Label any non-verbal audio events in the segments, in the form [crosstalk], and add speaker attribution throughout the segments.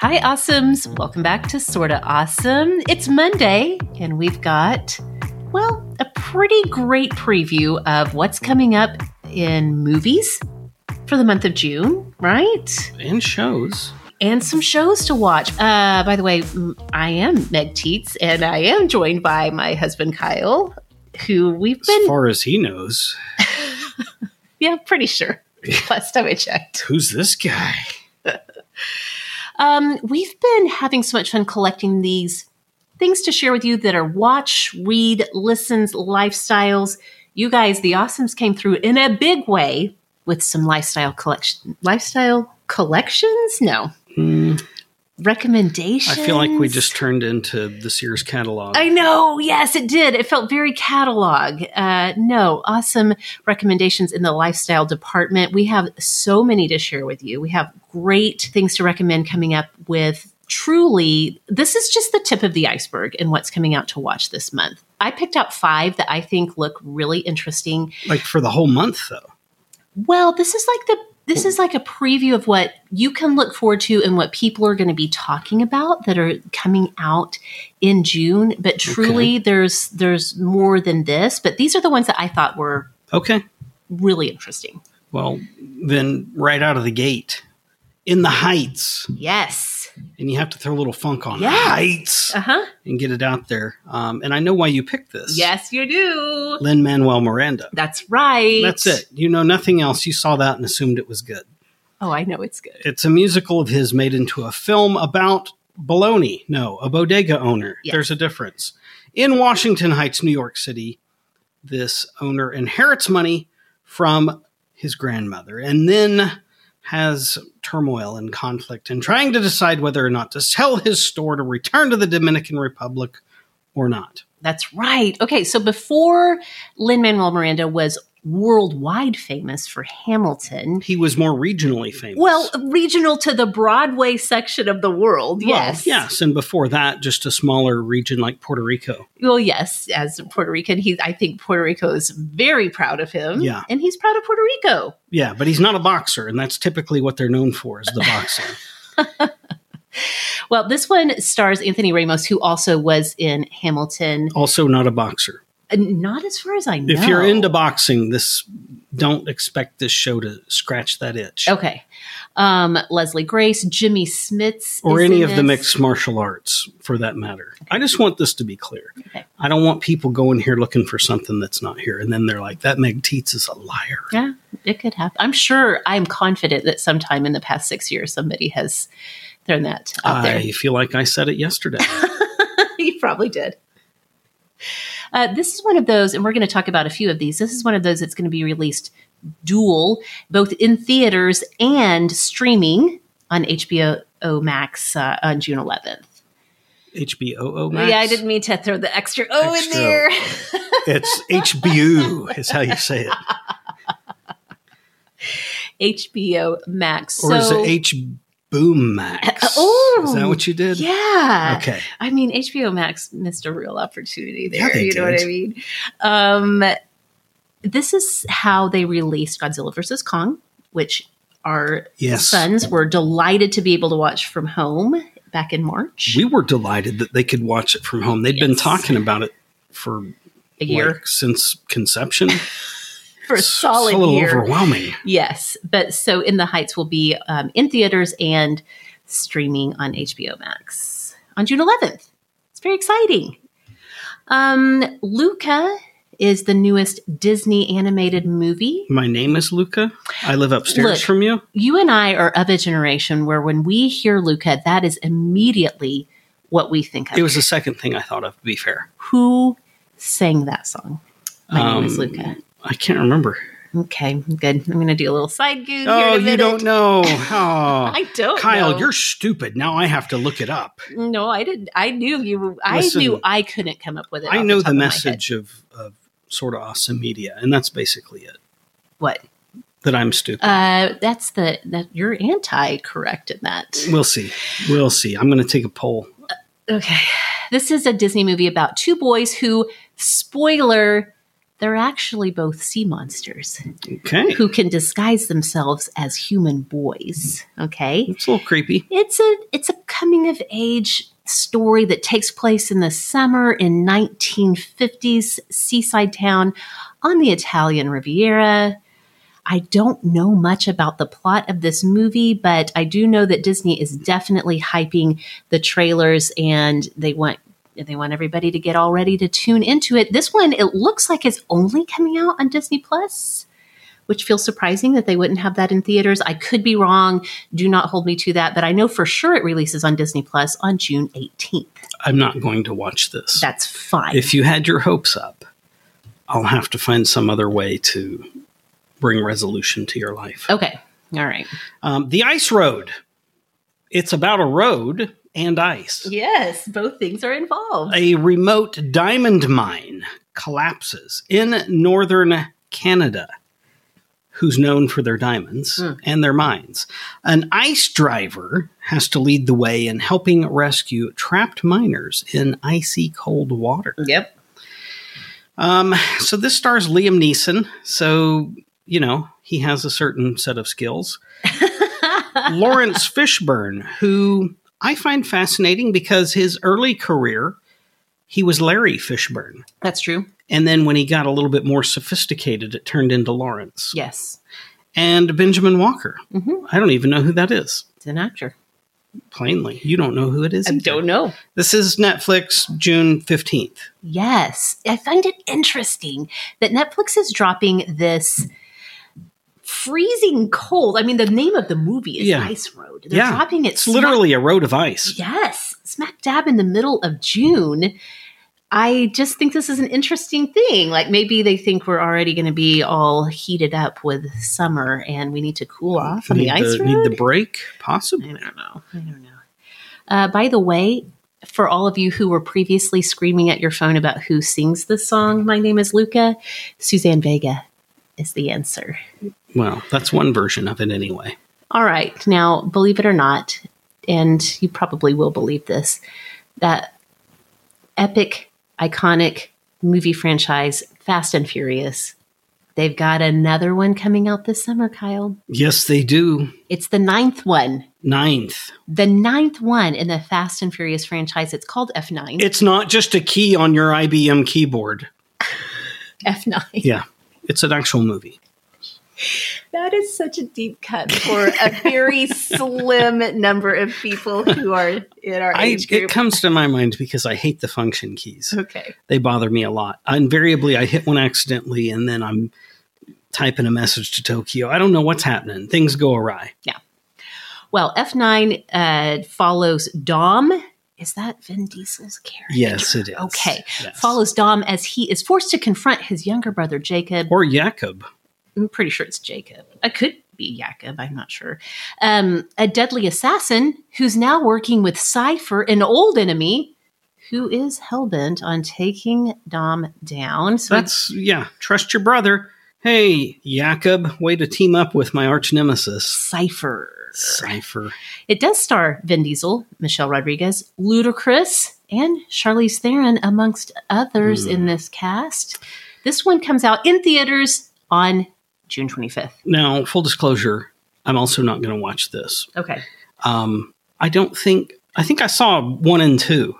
Speaker 1: Hi, awesomes. Welcome back to Sorta Awesome. It's Monday, and we've got, well, a pretty great preview of what's coming up in movies for the month of June, right?
Speaker 2: and shows.
Speaker 1: And some shows to watch. Uh, by the way, m- I am Meg Teets, and I am joined by my husband, Kyle, who we've
Speaker 2: As
Speaker 1: been,
Speaker 2: far as he knows,
Speaker 1: yeah, pretty sure. Last time I checked.
Speaker 2: who's this guy?
Speaker 1: Um, we've been having so much fun collecting these things to share with you that are watch, read, listens, lifestyles. You guys, the awesomes came through in a big way with some lifestyle collection, lifestyle collections. No
Speaker 2: Hmm. I
Speaker 1: recommendations.
Speaker 2: feel like we just turned into the Sears catalog.
Speaker 1: I know. Yes, it did. It felt very catalog. Uh, no, awesome recommendations in the lifestyle department. We have so many to share with you. We have great things to recommend coming up with. Truly, this is just the tip of the iceberg in what's coming out to watch this month. I picked out five that I think look really interesting.
Speaker 2: like for the whole month, though.
Speaker 1: Well, this is like the this is like a preview of what you can look forward to and what people are going to be talking about that are coming out in June. But truly, there's there's more than this. But these are the ones that I thought were
Speaker 2: Okay.
Speaker 1: really interesting.
Speaker 2: Well, then right out of the gate, in the heights,
Speaker 1: Yes.
Speaker 2: and you have to throw a little funk on
Speaker 1: Yeah.
Speaker 2: heights
Speaker 1: Uh huh.
Speaker 2: and get it out there. Um, and I know why you picked this.
Speaker 1: Yes, you do.
Speaker 2: Lin Manuel Miranda.
Speaker 1: That's right.
Speaker 2: That's it. You know nothing else. You saw that and assumed it was good.
Speaker 1: Oh, I know it's good.
Speaker 2: It's a musical of his made into a film about baloney. No, a bodega owner.
Speaker 1: Yes.
Speaker 2: There's a difference. In Washington Heights, New York City, this owner inherits money from his grandmother and then has turmoil and conflict and trying to decide whether or not to sell his store to return to the Dominican Republic or not.
Speaker 1: That's right. Okay, so before Lin Manuel Miranda was worldwide famous for Hamilton,
Speaker 2: He was more regionally famous.
Speaker 1: Well, regional to the Broadway section of the world, yes.
Speaker 2: yes, and before that, just a smaller region like Puerto Rico.
Speaker 1: Well, yes, as a Puerto Rican, he I think Puerto Rico is very proud of him.
Speaker 2: Yeah.
Speaker 1: And he's proud of Puerto Rico.
Speaker 2: Yeah, but he's not a boxer, and that's typically what they're known
Speaker 1: [laughs]
Speaker 2: for is the boxing.
Speaker 1: Well, this one stars Anthony Ramos, who also was in Hamilton.
Speaker 2: also, not a boxer.
Speaker 1: Uh, Not as far as I know.
Speaker 2: If you're into boxing, this don't expect this show to scratch that itch
Speaker 1: Okay. Um, Leslie Grace, Jimmy Smits.
Speaker 2: or
Speaker 1: is
Speaker 2: any
Speaker 1: in
Speaker 2: of the
Speaker 1: this.
Speaker 2: mixed martial arts, for that matter. I just want this to be clear.
Speaker 1: Okay.
Speaker 2: I don't want people going here looking for something that's not here, and then they're like, "That Meg Teets is a liar."
Speaker 1: Yeah, it could happen. I'm sure I'm confident that sometime in the past six years somebody has thrown that out there.
Speaker 2: I feel like I said it
Speaker 1: [laughs]
Speaker 2: yesterday.
Speaker 1: you probably did. Uh, this is one of those, and we're going to talk about a few of these. This is one of those that's going to be released dual, both in theaters and streaming on HBO Max uh, on June 11th.
Speaker 2: HBO Max.
Speaker 1: Yeah, I didn't [laughs] mean to throw the extra O
Speaker 2: Extra.
Speaker 1: in there.
Speaker 2: It's HBO is how you say it,
Speaker 1: HBO Max.
Speaker 2: or is
Speaker 1: So-
Speaker 2: it H Boom Max?
Speaker 1: [laughs] Oh.
Speaker 2: is that what you did?
Speaker 1: Yeah.
Speaker 2: Okay.
Speaker 1: I mean, HBO Max missed a real opportunity there.
Speaker 2: Yeah, they
Speaker 1: you know what I
Speaker 2: did.
Speaker 1: mean? Um, this is how they released Godzilla vs. Kong, which our
Speaker 2: Yes.
Speaker 1: sons were delighted to be able to watch from home back in March.
Speaker 2: we were delighted that they could watch it from home. they had been
Speaker 1: Yes.
Speaker 2: talking about it for
Speaker 1: a year
Speaker 2: like, since conception.
Speaker 1: [laughs] for a
Speaker 2: It's
Speaker 1: solid
Speaker 2: a little
Speaker 1: year.
Speaker 2: overwhelming.
Speaker 1: Yes, but so In the Heights will be um, in theaters and streaming on HBO Max on June 11th. It's very exciting. Um, Luca is the newest Disney animated movie.
Speaker 2: My name is Luca. I live upstairs
Speaker 1: Look.
Speaker 2: from you.
Speaker 1: You and I are of a generation where when we hear Luca, that is immediately what we think of.
Speaker 2: It was the second thing I thought of. To be fair,
Speaker 1: Who sang that song? My name is
Speaker 2: Um,
Speaker 1: Luca.
Speaker 2: I can't remember.
Speaker 1: Okay, good. I'm going to do a little side goog. here in
Speaker 2: Oh,
Speaker 1: a
Speaker 2: you
Speaker 1: minute. [laughs]
Speaker 2: don't know. Oh,
Speaker 1: I don't.
Speaker 2: Kyle,
Speaker 1: know.
Speaker 2: you're stupid. Now I have to look it up.
Speaker 1: No, I didn't. I knew you. Were, I
Speaker 2: Listen,
Speaker 1: knew I couldn't come up with it.
Speaker 2: I
Speaker 1: off
Speaker 2: know
Speaker 1: top
Speaker 2: the
Speaker 1: of my
Speaker 2: message of, of sort of awesome media, and that's basically it.
Speaker 1: head. What?
Speaker 2: That I'm stupid.
Speaker 1: Uh, that's the that you're anti correct in that.
Speaker 2: we'll see. We'll see. I'm going to take a poll.
Speaker 1: Okay, this is a Disney movie about two boys who, spoiler, they're actually both sea monsters
Speaker 2: Okay.
Speaker 1: who can disguise themselves as human boys. Okay,
Speaker 2: It's a little creepy.
Speaker 1: it's a it's a coming of age story that takes place in the summer in 1950s seaside town on the Italian Riviera. I don't know much about the plot of this movie, but I do know that Disney is definitely hyping the trailers and they want they want everybody to get all ready to tune into it. This one it looks like it's only coming out on Disney Plus which feels surprising that they wouldn't have that in theaters. I could be wrong. Do not hold me to that, but I know for sure it releases on Disney Plus on June 18th.
Speaker 2: I'm not going to watch this.
Speaker 1: That's fine.
Speaker 2: if you had your hopes up, I'll have to find some other way to bring resolution to your life.
Speaker 1: okay. All right.
Speaker 2: Um, the Ice Road. It's about a road and ice.
Speaker 1: Yes, both things are involved.
Speaker 2: A remote diamond mine collapses in northern Canada, who's known for their diamonds and their mines. An ice driver has to lead the way in helping rescue trapped miners in icy cold water.
Speaker 1: Yep.
Speaker 2: Um, so this stars Liam Neeson. So, you know, he has a certain set
Speaker 1: [laughs]
Speaker 2: of skills. Lawrence Fishburne, who I find fascinating because his early career, he was Larry Fishburne.
Speaker 1: That's true.
Speaker 2: And then when he got a little bit more sophisticated, it turned into Lawrence.
Speaker 1: Yes.
Speaker 2: And Benjamin Walker.
Speaker 1: Mm-hmm.
Speaker 2: I don't even know who that is,
Speaker 1: It's an actor.
Speaker 2: plainly. You don't know who it is. either.
Speaker 1: know.
Speaker 2: This is Netflix, June 15th.
Speaker 1: Yes. I find it interesting that Netflix is dropping this freezing cold. I mean, the name of the movie is
Speaker 2: Yeah.
Speaker 1: Ice Road. They're
Speaker 2: Yeah.
Speaker 1: dropping it
Speaker 2: It's
Speaker 1: smack
Speaker 2: literally a road of ice.
Speaker 1: Yes, smack dab in the middle of June. I just think this is an interesting thing. Like maybe they think we're already going to be all heated up with summer and we need to cool off on the
Speaker 2: Need
Speaker 1: ice
Speaker 2: the,
Speaker 1: road.
Speaker 2: need the break, possibly.
Speaker 1: I don't know. I don't know. Uh, by the way, for all of you who were previously screaming at your phone about who sings this song, my name is Luca. Suzanne Vega is the answer.
Speaker 2: Well, that's one version of it anyway.
Speaker 1: All right. Now, believe it or not, and you probably will believe this, that epic, iconic movie franchise, Fast and Furious, they've got another one coming out this summer, Kyle.
Speaker 2: Yes, they do.
Speaker 1: It's the ninth one.
Speaker 2: Ninth.
Speaker 1: The ninth one in the Fast and Furious franchise. It's called F9.
Speaker 2: It's not just a key on your IBM keyboard.
Speaker 1: F9.
Speaker 2: Yeah, it's an actual movie.
Speaker 1: That is such a deep cut for a [laughs] very slim number of people who are in our
Speaker 2: I,
Speaker 1: age
Speaker 2: it
Speaker 1: group.
Speaker 2: comes to my mind because I hate the function keys.
Speaker 1: okay.
Speaker 2: They bother me a lot. Invariably, I hit one accidentally and then I'm typing a message to Tokyo. I don't know what's happening. Things go awry.
Speaker 1: Well, F9 uh, follows Dom. Is that Vin Diesel's character?
Speaker 2: Yes, it is.
Speaker 1: Okay.
Speaker 2: Yes.
Speaker 1: Follows Dom as he is forced to confront his younger brother, Jacob.
Speaker 2: Or Jakob.
Speaker 1: I'm pretty sure it's Jacob. It could be Jacob. I'm not sure. Um, a deadly assassin who's now working with Cypher, an old enemy who is hellbent on taking Dom down. So
Speaker 2: That's, yeah, trust your brother. Hey, Jakob, way to team up with my arch nemesis,
Speaker 1: Cypher.
Speaker 2: Cypher.
Speaker 1: It does star Vin Diesel, Michelle Rodriguez, Ludacris, and Charlize Theron, amongst others
Speaker 2: Mm.
Speaker 1: in this cast. This one comes out in theaters on June 25th.
Speaker 2: Now, full disclosure, I'm also not going to watch this.
Speaker 1: Okay.
Speaker 2: Um, I don't think I think I saw one and two.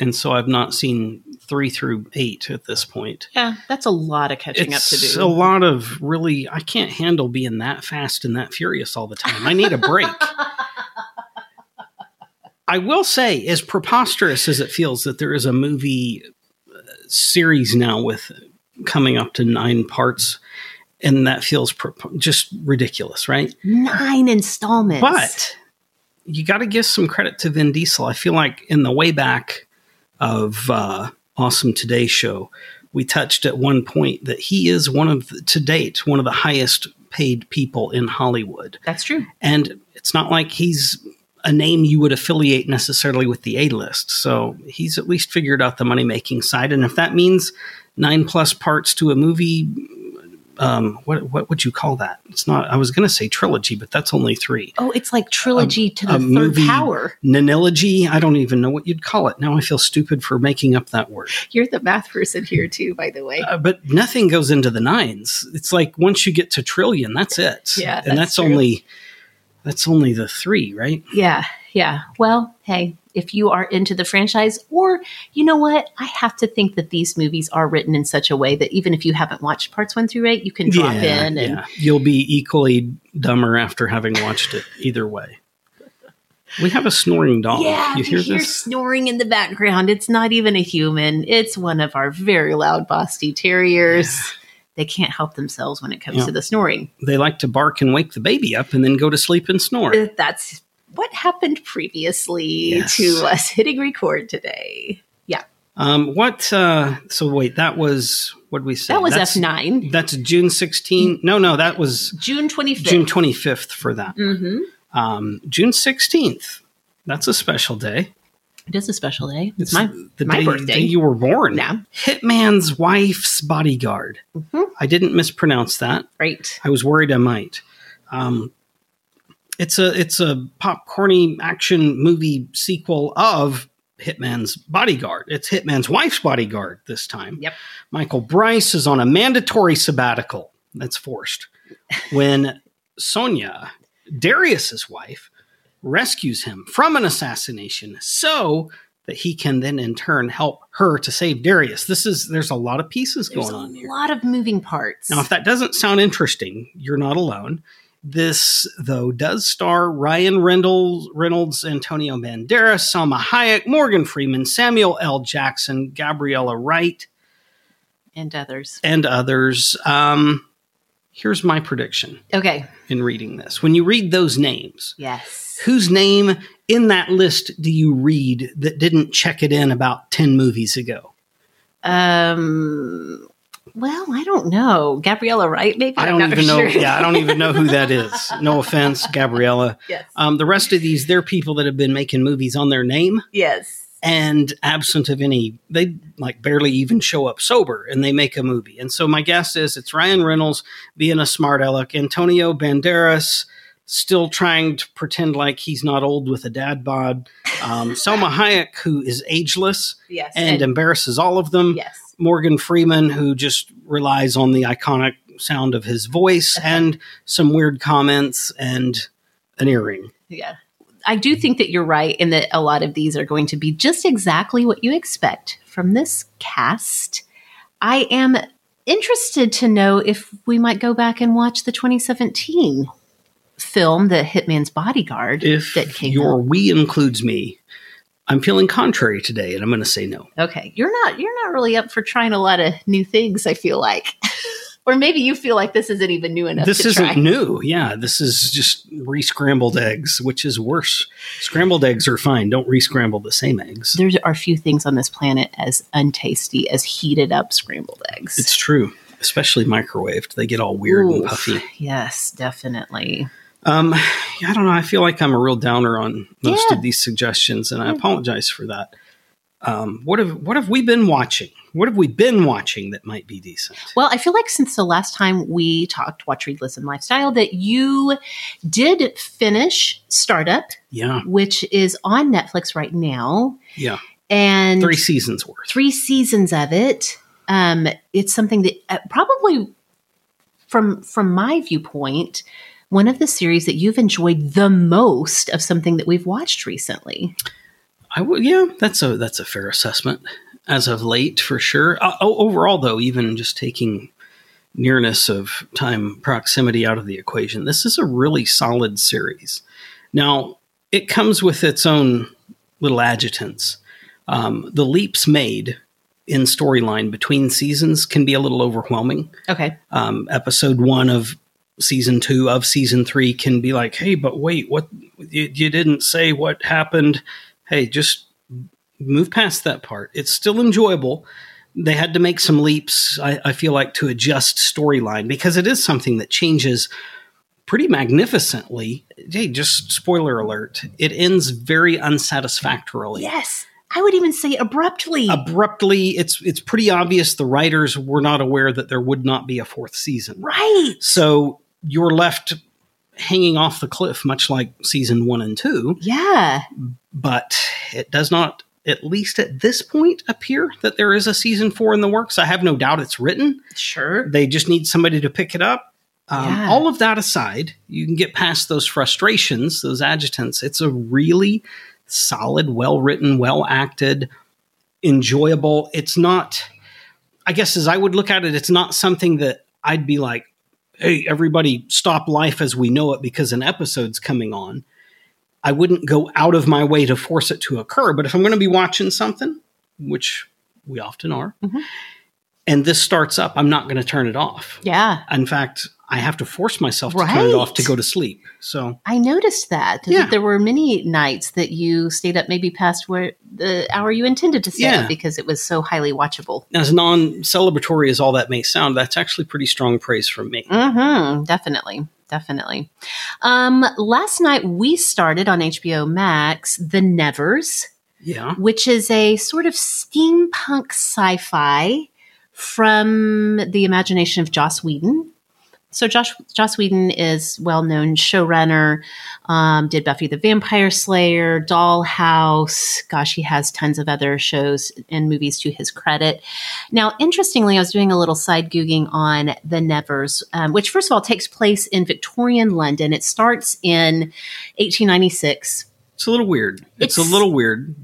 Speaker 2: and so I've not seen three through eight at this point.
Speaker 1: Yeah, that's a lot of catching up to
Speaker 2: It's
Speaker 1: do.
Speaker 2: a lot of really. I can't handle being that fast and that furious all the time. I need
Speaker 1: [laughs]
Speaker 2: a break. I will say, as preposterous as it feels, that there is a movie uh, series now with coming up to nine parts, and that feels prep- just ridiculous, right?
Speaker 1: Nine installments.
Speaker 2: But you got to give some credit to Vin Diesel. I feel like in the way back of uh, Awesome Today show, we touched at one point that he is one of the, to date one of the highest paid people in Hollywood,
Speaker 1: that's true.
Speaker 2: and it's not like he's a name you would affiliate necessarily with the A list. So he's at least figured out the money making side, and if that means nine plus parts to a movie. Um, what what would you call that? It's not. I was going to say trilogy, but that's only three
Speaker 1: Oh, it's like trilogy to the
Speaker 2: a
Speaker 1: third
Speaker 2: movie
Speaker 1: power.
Speaker 2: Nanology. I don't even know what you'd call it. Now I feel stupid for making up
Speaker 1: [laughs]
Speaker 2: that word.
Speaker 1: You're the math person here too, by the way.
Speaker 2: Uh, but nothing goes into the nines. It's like once you get to trillion, that's it.
Speaker 1: Yeah,
Speaker 2: and
Speaker 1: that's
Speaker 2: that's
Speaker 1: true.
Speaker 2: only that's only the three, right?
Speaker 1: Yeah, yeah. Well, hey, if you are into the franchise, or you know what, I have to think that these movies are written in such a way that even if you haven't watched parts one through eight, you can drop in. And
Speaker 2: you'll be equally dumber after having watched it. Either way, we have a snoring dog.
Speaker 1: yeah,
Speaker 2: Oh, you
Speaker 1: you
Speaker 2: hear
Speaker 1: hear
Speaker 2: this?
Speaker 1: snoring in the background. It's not even a human. It's one of our very loud Boston Terriers. They can't help themselves when it comes
Speaker 2: Yeah.
Speaker 1: to the snoring.
Speaker 2: They like to bark and wake the baby up, and then go to sleep and snore.
Speaker 1: Uh, That's what happened previously
Speaker 2: Yes.
Speaker 1: to us hitting record today. Yeah,
Speaker 2: Um, what? Uh, so wait, that was what did we say?
Speaker 1: that was
Speaker 2: That's-
Speaker 1: F nine,
Speaker 2: That's June 16. No, no, that was
Speaker 1: June twenty fifth.
Speaker 2: June 25th for that.
Speaker 1: Mm-hmm.
Speaker 2: Um, June 16th. That's a special day.
Speaker 1: It is a special day. It's, my
Speaker 2: the
Speaker 1: my
Speaker 2: day,
Speaker 1: birthday.
Speaker 2: day you were born.
Speaker 1: Yeah. Mm-hmm.
Speaker 2: Hitman's wife's bodyguard. I didn't mispronounce that.
Speaker 1: right.
Speaker 2: I was worried I might. Um, it's a it's a popcorny action movie sequel of Hitman's Bodyguard. It's Hitman's wife's bodyguard this time.
Speaker 1: Yep.
Speaker 2: Michael Bryce is on a mandatory sabbatical that's forced when Sonia, Darius's wife, rescues him from an assassination so that he can then in turn help her to save Darius. This is there's a lot of pieces
Speaker 1: There's
Speaker 2: going
Speaker 1: a
Speaker 2: on here.
Speaker 1: lot of moving parts.
Speaker 2: Now, if that doesn't sound interesting, you're not alone. This, though, does star Ryan Reynolds, Reynolds Antonio Banderas, Selma Hayek, Morgan Freeman, Samuel L. Jackson, Gabriella Wright,
Speaker 1: and others.
Speaker 2: and others. Um, here's my prediction
Speaker 1: Okay.
Speaker 2: in reading this. When you read those names,
Speaker 1: Yes.
Speaker 2: whose name in that list do you read that didn't check it in about 10 movies ago?
Speaker 1: Um. Well, I don't know. Gabriella Wright, maybe.
Speaker 2: I
Speaker 1: I'm
Speaker 2: don't
Speaker 1: not
Speaker 2: even
Speaker 1: [laughs]
Speaker 2: know.
Speaker 1: sure.
Speaker 2: Yeah, I don't even know who that is. No offense, Gabriella.
Speaker 1: Yes.
Speaker 2: Um, the rest of these, they're people that have been making movies on their name
Speaker 1: yes.
Speaker 2: and absent of any, they like barely even show up sober and they make a movie. And so my guess is it's Ryan Reynolds being a smart aleck, Antonio Banderas still trying to pretend like he's not old with a dad bod, um, Selma Hayek, who is ageless
Speaker 1: Yes.
Speaker 2: and um, embarrasses all of them.
Speaker 1: yes.
Speaker 2: Morgan Freeman, who just relies on the iconic sound of his voice and some weird comments and an earring.
Speaker 1: Yeah. I do think that you're right in that a lot of these are going to be just exactly what you expect from this cast. I am interested to know if we might go back and watch the 2017 film, The Hitman's Bodyguard,
Speaker 2: if
Speaker 1: that came
Speaker 2: your
Speaker 1: out.
Speaker 2: we includes me, I'm feeling contrary today, and I'm going to say no.
Speaker 1: Okay, you're not you're not really up for trying a lot of new things. I feel like, [laughs] or maybe you feel like this isn't even new enough.
Speaker 2: This
Speaker 1: to try.
Speaker 2: isn't new. Yeah, this is just re-scrambled eggs, which is worse. Scrambled eggs are fine. Don't re-scramble the same eggs.
Speaker 1: There are few things on this planet as untasty as heated up scrambled eggs.
Speaker 2: It's true, especially microwaved. They get all weird and
Speaker 1: Ooh,
Speaker 2: puffy.
Speaker 1: Yes, definitely.
Speaker 2: Um, I don't know. I feel like I'm a real downer on most
Speaker 1: Yeah. Hmm.
Speaker 2: of these suggestions, and I apologize for that. Um, what have what have we been watching? What have we been watching that might be decent?
Speaker 1: Well, I feel like since the last time we talked, Watch, Read, Listen, Lifestyle, that you did finish Startup,
Speaker 2: Yeah,
Speaker 1: which is on Netflix right now.
Speaker 2: yeah.
Speaker 1: And
Speaker 2: Three seasons worth.
Speaker 1: three seasons of it. Um, it's something that uh, probably, from from my viewpoint, one of the series that you've enjoyed the most of something that we've watched recently.
Speaker 2: I would, yeah, that's a that's a fair assessment as of late for sure. Uh, o- overall, though, even just taking nearness of time proximity out of the equation, this is a really solid series. Now, it comes with its own little adjutants. Um, the leaps made in storyline between seasons can be a little overwhelming.
Speaker 1: Okay.
Speaker 2: Um, episode one of season two of season three can be like, hey, but wait, what? You, you didn't say what happened. Hey, just move past that part. It's still enjoyable. They had to make some leaps, I, I feel like, to adjust storyline because it is something that changes pretty magnificently. Hey, just spoiler alert, it ends very unsatisfactorily.
Speaker 1: Yes. I would even say abruptly.
Speaker 2: Abruptly, it's it's pretty obvious the writers were not aware that there would not be a fourth season.
Speaker 1: right.
Speaker 2: So you're left hanging off the cliff, much like season one and two
Speaker 1: Yeah.
Speaker 2: but it does not, at least at this point, appear that there is a season four in the works. I have no doubt it's written.
Speaker 1: Sure.
Speaker 2: They just need somebody to pick it up. Um,
Speaker 1: Yeah.
Speaker 2: All of that aside, you can get past those frustrations, those adjutants. It's a really solid, well written, well acted, enjoyable. It's not, I guess, as I would look at it, it's not something that I'd be like, hey, everybody stop life as we know it because an episode's coming on. I wouldn't go out of my way to force it to occur. But if I'm going to be watching something, which we often are, and this starts up, I'm not going to turn it off.
Speaker 1: Yeah.
Speaker 2: In fact, I have to force myself to turn it
Speaker 1: Right.
Speaker 2: off to go to sleep. So
Speaker 1: I noticed that, that
Speaker 2: Yeah.
Speaker 1: there were many nights that you stayed up maybe past where the hour you intended to stay
Speaker 2: Yeah.
Speaker 1: up because it was so highly watchable.
Speaker 2: as non-celebratory as all that may sound, that's actually pretty strong praise from me.
Speaker 1: hmm Definitely. Definitely. Um, last night we started on HBO Max The Nevers,
Speaker 2: Yeah.
Speaker 1: which is a sort of steampunk sci fi from the imagination of Joss Whedon. So Josh Joss Whedon is well known showrunner. Um, did Buffy the Vampire Slayer, Dollhouse. Gosh, he has tons of other shows and movies to his credit. Now, interestingly, I was doing a little side googing on The Nevers, um, which first of all takes place in Victorian London. It starts in 1896.
Speaker 2: It's a little weird. It's, a
Speaker 1: It's-
Speaker 2: little weird.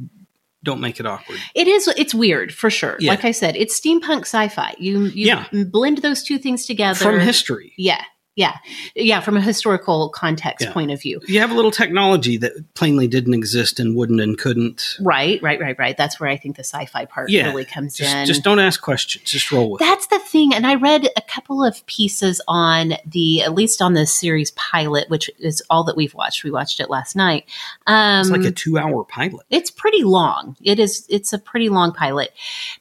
Speaker 2: Don't make it awkward.
Speaker 1: It is. It's weird for sure.
Speaker 2: Yeah.
Speaker 1: Like I said, it's steampunk sci-fi. You you
Speaker 2: Yeah.
Speaker 1: blend those two things together.
Speaker 2: From history.
Speaker 1: yeah, yeah, yeah. From a historical context
Speaker 2: Yeah.
Speaker 1: point of view.
Speaker 2: You have a little technology that plainly didn't exist and wouldn't and couldn't.
Speaker 1: Right, right, right, right. That's where I think the sci-fi part
Speaker 2: Yeah.
Speaker 1: really comes
Speaker 2: Just,
Speaker 1: in.
Speaker 2: just don't ask questions. Just roll with it.
Speaker 1: That's the thing. And I read a couple of pieces on the, at least on the series pilot, which is all that we've watched. We watched it last night. Um,
Speaker 2: It's like a two hour pilot.
Speaker 1: it's pretty long. It is. It's a pretty long pilot,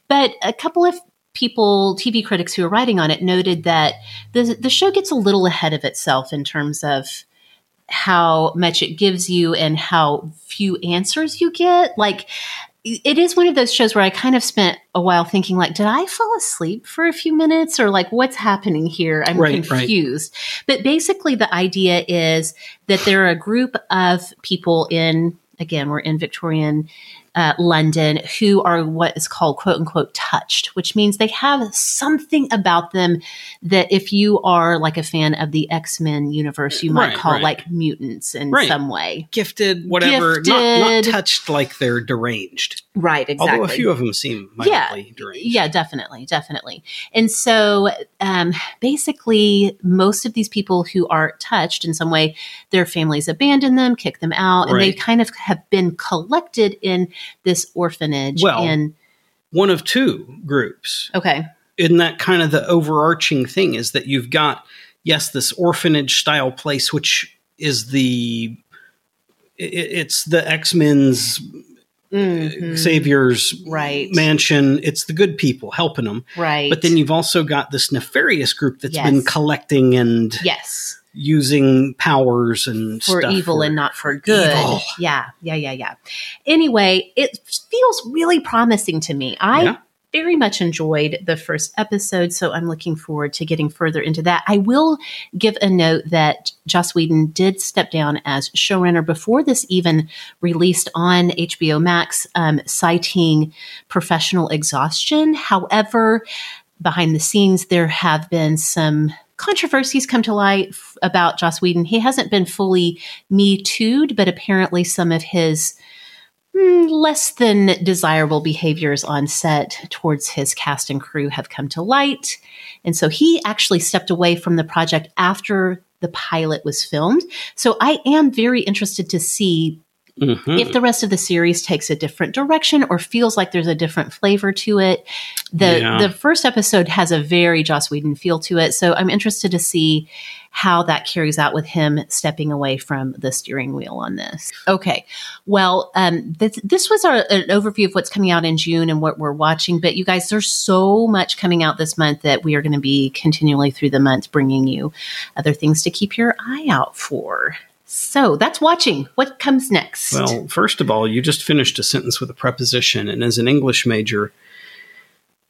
Speaker 1: but a couple of people, TV critics who are writing on it, noted that the the show gets a little ahead of itself in terms of how much it gives you and how few answers you get. Like it is one of those shows where I kind of spent a while thinking like did I fall asleep for a few minutes or like what's happening here? I'm
Speaker 2: Right, right.
Speaker 1: confused. But basically the idea is that there are a group of people in again we're in Victorian uh, London who are what is called quote unquote touched, which means they have something about them that if you are like a fan of the X Men universe, you might
Speaker 2: Right,
Speaker 1: call
Speaker 2: right.
Speaker 1: like mutants in
Speaker 2: Right.
Speaker 1: some way.
Speaker 2: Gifted, whatever. Not, not
Speaker 1: Gifted.
Speaker 2: touched like they're deranged.
Speaker 1: Right, exactly.
Speaker 2: Although a few of them seem
Speaker 1: Yeah.
Speaker 2: mildly deranged.
Speaker 1: Yeah, definitely, definitely. And so, um, basically, most of these people who are touched in some way, their families abandon them, kick them out, and they
Speaker 2: Right.
Speaker 1: kind of have been collected in this orphanage.
Speaker 2: Well- uh,
Speaker 1: and
Speaker 2: One of two groups.
Speaker 1: okay,
Speaker 2: Isn't that kind of the overarching thing? Is that you've got, yes, this orphanage style place, which is the. i- i- It's the X Men's
Speaker 1: Mhm.
Speaker 2: Savior's
Speaker 1: right,
Speaker 2: mansion. It's the good people helping them.
Speaker 1: right.
Speaker 2: But then you've also got this nefarious group that's
Speaker 1: Yes.
Speaker 2: been collecting and
Speaker 1: yes,
Speaker 2: using powers and
Speaker 1: for
Speaker 2: stuff
Speaker 1: evil and not for good.
Speaker 2: evil.
Speaker 1: Yeah, yeah, yeah, yeah. Anyway, it feels really promising to me. I
Speaker 2: Yeah.
Speaker 1: very much enjoyed the first episode, so I'm looking forward to getting further into that. I will give a note that Joss Whedon did step down as showrunner before this even released on HBO Max, um, citing professional exhaustion. However, behind the scenes, there have been some controversies come to light f- about Joss Whedon. He hasn't been fully Me Too'd, but apparently some of his mm, less than desirable behaviors on set towards his cast and crew have come to light. And so he actually stepped away from the project after the pilot was filmed. So I am very interested to see
Speaker 2: Mhm.
Speaker 1: if the rest of the series takes a different direction or feels like there's a different flavor to it. The
Speaker 2: Yeah.
Speaker 1: the first episode has a very Joss Whedon feel to it, so I'm interested to see how that carries out with him stepping away from the steering wheel on this. Okay, well, um, this this was our, an overview of what's coming out in June and what we're watching. But you guys, there's so much coming out this month that we are going to be continually through the month bringing you other things to keep your eye out for. So that's watching. What comes next?
Speaker 2: Well, first of all, you just finished a sentence with a preposition, and as an English major,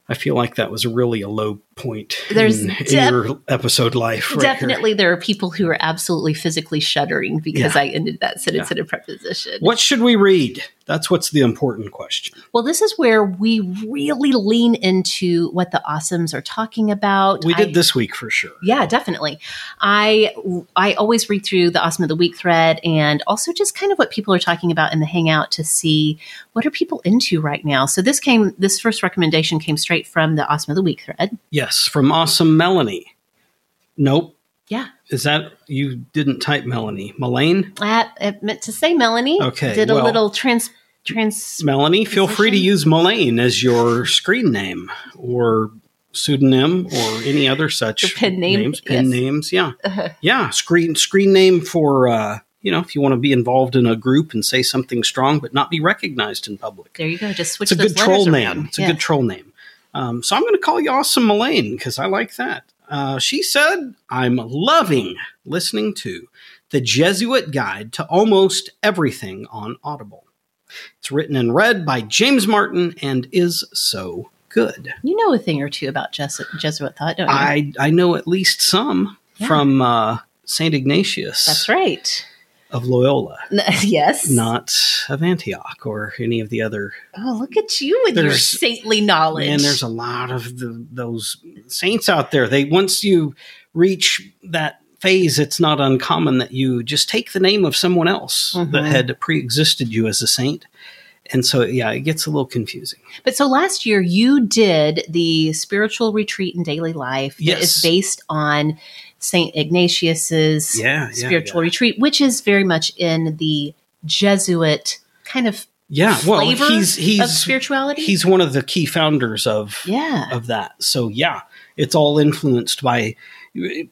Speaker 2: I feel like that was really a low point
Speaker 1: There's
Speaker 2: in, in
Speaker 1: def-
Speaker 2: your episode life. right here.
Speaker 1: Definitely, there are people who are absolutely physically shuddering because I ended that sentence in a preposition.
Speaker 2: What should we read? That's what's the important question.
Speaker 1: Well, this is where we really lean into what the awesomes are talking about.
Speaker 2: We did
Speaker 1: I-
Speaker 2: this week for sure.
Speaker 1: Yeah, definitely. I I always read through the awesome of the week thread and also just kind of what people are talking about in the hangout to see what are people into right now. So this came this first recommendation came straight from the awesome of the week thread.
Speaker 2: Yes, from Awesome Melanie. Nope.
Speaker 1: Yeah,
Speaker 2: Is that you didn't type Melanie? Melane?
Speaker 1: I, I Uh, meant to say Melanie.
Speaker 2: Okay,
Speaker 1: did
Speaker 2: well-
Speaker 1: a little trans trans
Speaker 2: Melanie, feel free to
Speaker 1: Position?
Speaker 2: use Melane as your screen name or pseudonym or any other such
Speaker 1: Your pen name,
Speaker 2: names, pen
Speaker 1: yes. Uh-huh. [laughs]
Speaker 2: names. Yeah, yeah. Screen screen name for uh, you know if you want to be involved in a group and say something strong but not be recognized in public.
Speaker 1: There you go. Just switch.
Speaker 2: It's a
Speaker 1: those
Speaker 2: good troll
Speaker 1: letters
Speaker 2: name.
Speaker 1: around.
Speaker 2: It's a
Speaker 1: Yeah.
Speaker 2: good troll name. Um, so I'm going to call you Awesome Melane because I like that. Uh, she said, "I'm loving listening to the Jesuit Guide to almost everything on Audible." It's written and read by James Martin and is so good.
Speaker 1: You know a thing or two about Jes- Jesuit thought, don't you?
Speaker 2: I I know at least some
Speaker 1: Oh, Yeah.
Speaker 2: from uh, Saint Ignatius
Speaker 1: That's right.
Speaker 2: of Loyola,
Speaker 1: [laughs] yes.
Speaker 2: not of Antioch or any of the other.
Speaker 1: Oh, look at you with your
Speaker 2: There's-
Speaker 1: saintly knowledge.
Speaker 2: And there's a lot of the, those saints out there. They once you reach that phase, it's not uncommon that you just take the name of someone else that
Speaker 1: Mhm.
Speaker 2: had pre-existed you as a saint. And so, yeah, it gets a little confusing.
Speaker 1: But so last year you did the spiritual retreat in daily life.
Speaker 2: Yes.
Speaker 1: That is based on St. Ignatius's
Speaker 2: Yeah, yeah,
Speaker 1: spiritual
Speaker 2: yeah.
Speaker 1: retreat, which is very much in the Jesuit kind of
Speaker 2: Yeah, well,
Speaker 1: flavor
Speaker 2: he's
Speaker 1: of
Speaker 2: he's
Speaker 1: spirituality.
Speaker 2: he's one of the key founders of
Speaker 1: yeah.
Speaker 2: of that. So yeah, it's all influenced by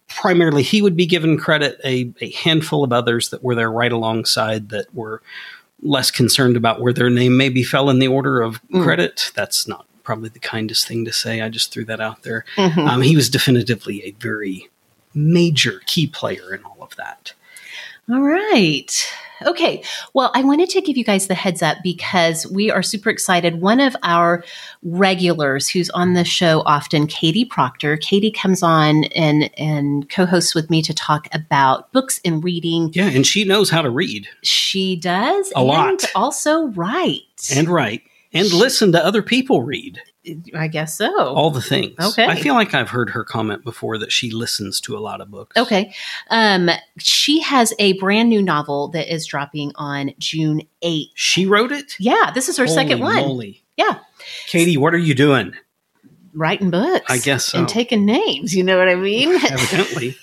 Speaker 2: primarily he would be given credit a, a handful of others that were there right alongside that were less concerned about where their name maybe fell in the order of credit. That's not probably the kindest thing to say. I just threw that out there.
Speaker 1: Mm-hmm.
Speaker 2: Um, he was definitively a very major key player in all of that.
Speaker 1: All right. Okay. Well, I wanted to give you guys the heads up because we are super excited. One of our regulars who's on the show often, Katie Proctor. Katie comes on and and co-hosts with me to talk about books and reading.
Speaker 2: Yeah, and she knows how to read
Speaker 1: She does
Speaker 2: A
Speaker 1: and
Speaker 2: lot.
Speaker 1: also write.
Speaker 2: and write and listen to other people read
Speaker 1: I guess so.
Speaker 2: all the things.
Speaker 1: Okay.
Speaker 2: I feel like I've heard her comment before that she listens to a lot of books.
Speaker 1: Okay. Um, she has a brand new novel that is dropping on June 8th.
Speaker 2: She wrote it?
Speaker 1: Yeah, this is her second
Speaker 2: Holy
Speaker 1: one.
Speaker 2: moly.
Speaker 1: Yeah.
Speaker 2: Katie, what are you doing?
Speaker 1: [laughs] writing books.
Speaker 2: I guess so.
Speaker 1: And taking names. You know what I
Speaker 2: [laughs]
Speaker 1: mean?
Speaker 2: Evidently.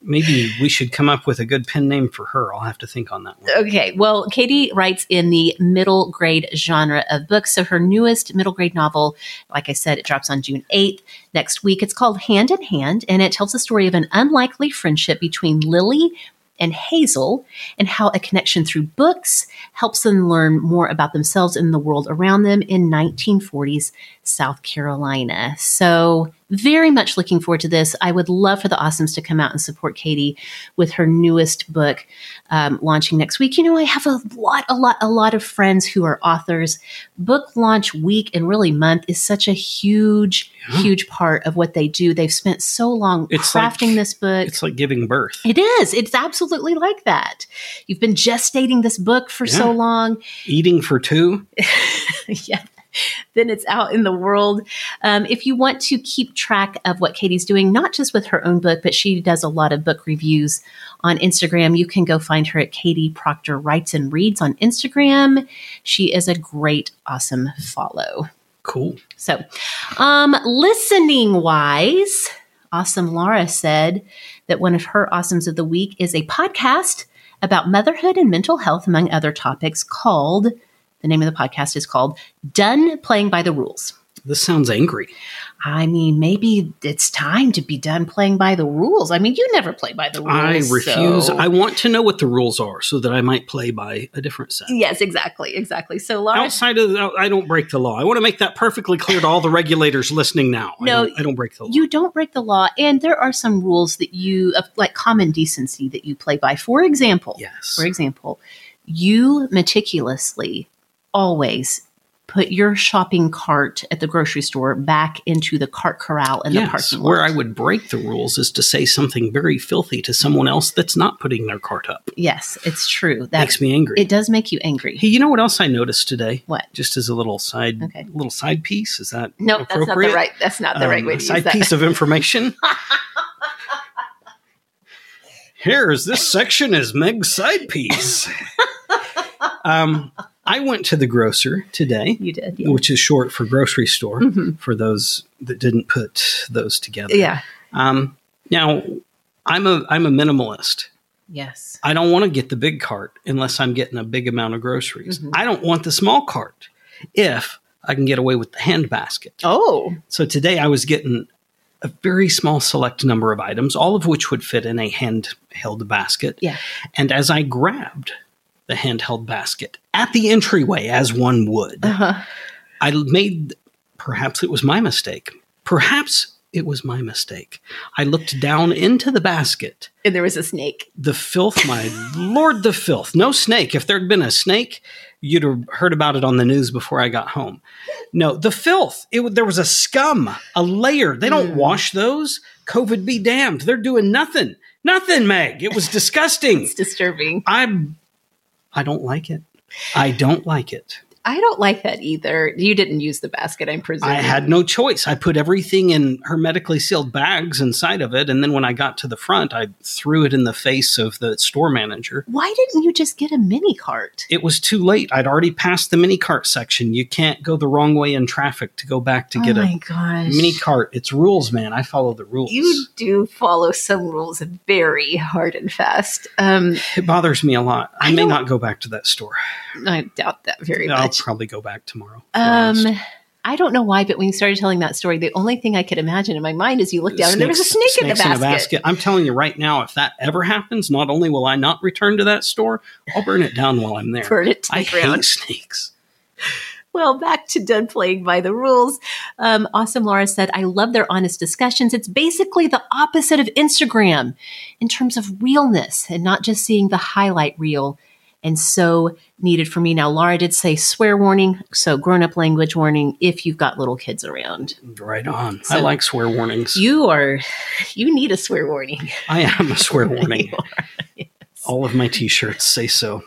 Speaker 2: Maybe we should come up with a good pen name for her. I'll have to think on that one.
Speaker 1: okay. Well, Katie writes in the middle grade genre of books. So her newest middle grade novel, like I said, it drops on June 8th next week. It's called Hand in Hand, and it tells the story of an unlikely friendship between Lily and Hazel and how a connection through books helps them learn more about themselves and the world around them in 1940s South Carolina. So, very much looking forward to this. I would love for the Awesomes to come out and support Katie with her newest book um, launching next week. You know, I have a lot, a lot, a lot of friends who are authors. Book launch week and really month is such a huge, huge part of what they do. They've spent so long
Speaker 2: It's like-
Speaker 1: crafting this book.
Speaker 2: It's like giving birth.
Speaker 1: It is. It's absolutely like that. You've been gestating this book for so
Speaker 2: Yeah.
Speaker 1: long.
Speaker 2: Eating for two.
Speaker 1: [laughs] yeah. then it's out in the world. Um, if you want to keep track of what Katie's doing, not just with her own book, but she does a lot of book reviews on Instagram, you can go find her at Katie Proctor Writes and Reads on Instagram. She is a great, awesome follow.
Speaker 2: Cool.
Speaker 1: So, um, listening wise, Awesome Laura said that one of her awesomes of the week is a podcast about motherhood and mental health, among other topics, called the name of the podcast is called Done Playing by the Rules.
Speaker 2: This sounds angry.
Speaker 1: I mean, maybe it's time to be done playing by the rules. I mean, you never play by the rules.
Speaker 2: I refuse.
Speaker 1: so-
Speaker 2: I want to know what the rules are so that I might play by a different set.
Speaker 1: yes, exactly, exactly. So, Laura,
Speaker 2: Outside of the, I don't break the law. I want to make that perfectly clear to all the regulators listening now.
Speaker 1: No,
Speaker 2: I don't, I don't break the law.
Speaker 1: you don't break the law, and there are some rules that you, of like common decency, that you play by. For example,
Speaker 2: yes.
Speaker 1: for example, you meticulously always put your shopping cart at the grocery store back into the cart corral in the
Speaker 2: Yes,
Speaker 1: parking lot.
Speaker 2: where I would break the rules is to say something very filthy to someone else that's not putting their cart up.
Speaker 1: yes, it's true. That
Speaker 2: Makes me angry.
Speaker 1: It does make you angry.
Speaker 2: Hey, you know what else I noticed today?
Speaker 1: What?
Speaker 2: Just as a little side,
Speaker 1: Okay.
Speaker 2: little side piece. Is that
Speaker 1: no, that's not the
Speaker 2: appropriate?
Speaker 1: right. That's not the
Speaker 2: Um,
Speaker 1: right way
Speaker 2: a
Speaker 1: to use
Speaker 2: side
Speaker 1: that.
Speaker 2: piece of information. Here's this section is Meg's side piece. um, I went to the grocer today,
Speaker 1: [laughs] You did, yeah. Mm-hmm.
Speaker 2: which is short for grocery store. For those that didn't put those together,
Speaker 1: yeah.
Speaker 2: Um, now, I'm a I'm a minimalist.
Speaker 1: Yes.
Speaker 2: I don't want to get the big cart unless I'm getting a big amount of groceries. I don't want the small cart if I can get away with the hand basket.
Speaker 1: Oh,
Speaker 2: So today I was getting a very small select number of items, all of which would fit in a handheld basket.
Speaker 1: yeah.
Speaker 2: And as I grabbed the handheld basket at the entryway, as one would, I made perhaps it was my mistake. Perhaps it was my mistake. I looked down into the basket.
Speaker 1: And there was a snake.
Speaker 2: The filth, my lord, the filth. No snake. If there'd been a snake, you'd have heard about it on the news before I got home. No, the filth. It, wa- there was a scum, a layer. They don't wash those. COVID be damned. They're doing nothing. Nothing, Meg. It was disgusting.
Speaker 1: It's disturbing.
Speaker 2: I'm I don't like it. I don't like it.
Speaker 1: I don't like that either. You didn't use the basket, I'm
Speaker 2: I
Speaker 1: presuming.
Speaker 2: had no choice. I put everything in hermetically sealed bags inside of it and then when I got to the front, I threw it in the face of the store manager.
Speaker 1: Why didn't you just get a mini cart?
Speaker 2: It was too late. I'd already passed the mini cart section. You can't go the wrong way in traffic to go back to get
Speaker 1: oh my
Speaker 2: a
Speaker 1: gosh.
Speaker 2: mini cart. It's rules, man. I follow the rules.
Speaker 1: You do follow some rules very hard and fast. Um,
Speaker 2: it bothers me a lot. I,
Speaker 1: I
Speaker 2: may
Speaker 1: don't-
Speaker 2: not go back to that store.
Speaker 1: I doubt that very
Speaker 2: I'll
Speaker 1: much.
Speaker 2: probably go back tomorrow.
Speaker 1: Um, I don't know why, but when you started telling that story, the only thing I could imagine in my mind is you looked down and there was a snake in the
Speaker 2: snakes
Speaker 1: basket.
Speaker 2: I'm telling you right now, if that ever happens, not only will I not return to that store, I'll burn it down while I'm there.
Speaker 1: Burn it to the
Speaker 2: I
Speaker 1: ground.
Speaker 2: hate snakes.
Speaker 1: Well, back to done playing by the rules. Um, awesome Laura said, I love their honest discussions. It's basically the opposite of Instagram in terms of realness and not just seeing the highlight reel and so needed for me. Now, Laura did say swear warning, so grown up language warning if you've got little kids around.
Speaker 2: Right on. I
Speaker 1: So-
Speaker 2: like swear warnings.
Speaker 1: You are, you need a swear warning.
Speaker 2: I am
Speaker 1: [laughs]
Speaker 2: a swear warning. All of my T-shirts say so.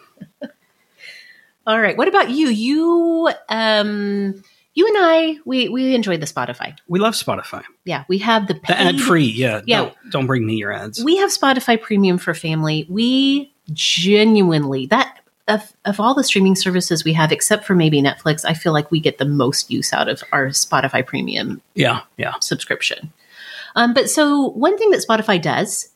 Speaker 1: All right. What about you? You, um, you and I, we, we enjoy the Spotify.
Speaker 2: We love Spotify.
Speaker 1: Yeah. We have the,
Speaker 2: The
Speaker 1: paid-
Speaker 2: ad free, yeah.
Speaker 1: Yeah.
Speaker 2: Don't, don't bring me your ads.
Speaker 1: we have Spotify Premium for family. We genuinely that of, of all the streaming services we have, except for maybe Netflix, I feel like we get the most use out of our Spotify Premium
Speaker 2: yeah, yeah.
Speaker 1: subscription. Um, but so one thing that Spotify does,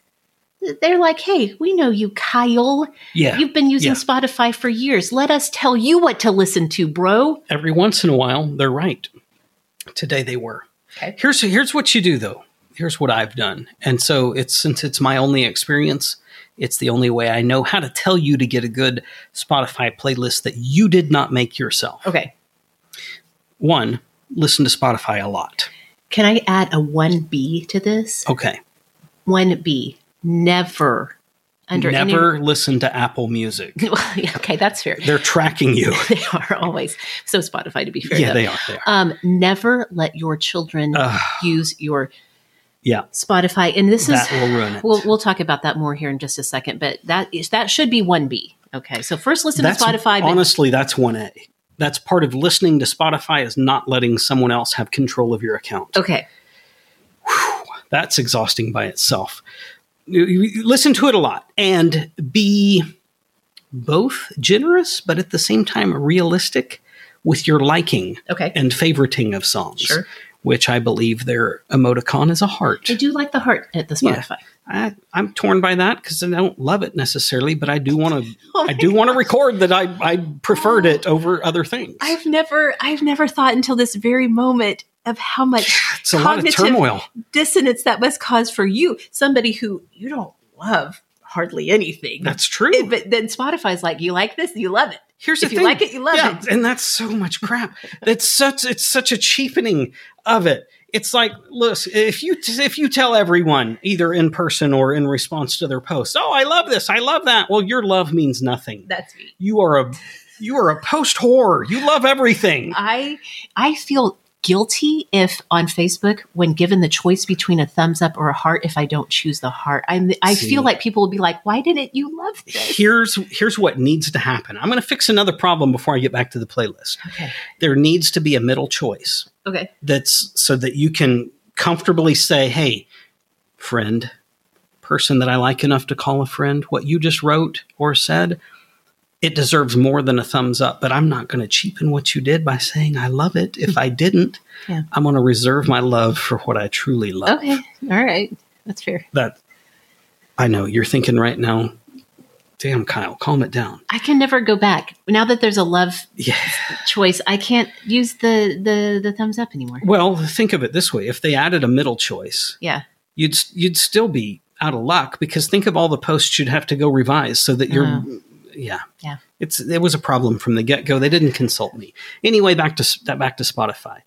Speaker 1: they're like, "Hey, we know you, Kyle.
Speaker 2: Yeah.
Speaker 1: You've been using
Speaker 2: Yeah.
Speaker 1: Spotify for years. Let us tell you what to listen to, bro."
Speaker 2: Every once in a while, they're right. Today they were.
Speaker 1: Okay.
Speaker 2: Here's here's what you do though. Here's what I've done. And so it's since it's my only experience, it's the only way I know how to tell you to get a good Spotify playlist that you did not make yourself.
Speaker 1: Okay.
Speaker 2: One, listen to Spotify a lot.
Speaker 1: Can I add a one B to this?
Speaker 2: Okay.
Speaker 1: One B. Never under any-
Speaker 2: Never listen to Apple Music.
Speaker 1: [laughs] Yeah, [laughs] okay, that's fair.
Speaker 2: They're tracking you.
Speaker 1: [laughs] they are always so spotify to be fair
Speaker 2: yeah,
Speaker 1: though.
Speaker 2: they are. They are.
Speaker 1: um never let your children use your
Speaker 2: yeah.
Speaker 1: spotify and this
Speaker 2: That
Speaker 1: is
Speaker 2: will ruin it.
Speaker 1: we'll, well talk about that more here in just a second but that is that should be 1b okay so first listen
Speaker 2: That's-
Speaker 1: to spotify but
Speaker 2: honestly, that's one A. that's part of listening to Spotify is not letting someone else have control of your account.
Speaker 1: Okay.
Speaker 2: That's exhausting by itself. You- you Listen to it a lot and be both generous, but at the same time realistic with your liking
Speaker 1: Okay.
Speaker 2: and favoriting of songs,
Speaker 1: Sure.
Speaker 2: which I believe their emoticon is a heart.
Speaker 1: I do like the heart at the
Speaker 2: Yeah.
Speaker 1: Spotify.
Speaker 2: I, I'm torn by that because I don't love it necessarily, but I do
Speaker 1: [laughs]
Speaker 2: want to.
Speaker 1: Oh
Speaker 2: I do want to record that I, I preferred it over other things.
Speaker 1: I've never I've never thought until this very moment of how much
Speaker 2: it's a lot of
Speaker 1: cognitive
Speaker 2: turmoil.
Speaker 1: dissonance that must cause for you, somebody who you don't love hardly anything.
Speaker 2: That's true.
Speaker 1: It- but then Spotify's like, you like this, you love it.
Speaker 2: Here's
Speaker 1: if
Speaker 2: the
Speaker 1: you
Speaker 2: thing.
Speaker 1: like it, you love
Speaker 2: yeah,
Speaker 1: it.
Speaker 2: and that's so much crap. That's such it's such a cheapening of it. It's like, listen, if you if you tell everyone either in person or in response to their posts, "Oh, I love this, I love that," well, your love means nothing.
Speaker 1: That's me.
Speaker 2: You are a you are a post whore. You love everything.
Speaker 1: I I feel guilty if on Facebook when given the choice between a thumbs up or a heart, if I don't choose the heart. I'm I
Speaker 2: See.
Speaker 1: feel like people will be like, why didn't you love this?
Speaker 2: here's here's what needs to happen. I'm going to fix another problem before I get back to the playlist.
Speaker 1: Okay.
Speaker 2: There needs to be a middle choice
Speaker 1: Okay.
Speaker 2: that's so that you can comfortably say, "Hey, friend, person that I like enough to call a friend, what you just wrote or said, it deserves more than a thumbs up, but I'm not going to cheapen what you did by saying I love it. If I didn't,
Speaker 1: Yeah. Oh.
Speaker 2: I'm going to reserve my love for what I truly love."
Speaker 1: Okay. All right. That's fair.
Speaker 2: That I know you're thinking right now, "Damn, Kyle, calm it down."
Speaker 1: I can never go back. Now that there's a love
Speaker 2: Yeah.
Speaker 1: choice, I can't use the the, the thumbs up anymore.
Speaker 2: Well, think of it this way: if they added a middle choice,
Speaker 1: Yeah. [laughs]
Speaker 2: you'd you'd still be out of luck because think of all the posts you'd have to go revise so that you're, yeah,
Speaker 1: Uh-huh. Yeah.
Speaker 2: It's it was a problem from the get go. They didn't consult me anyway. Back to s- that back to Spotify.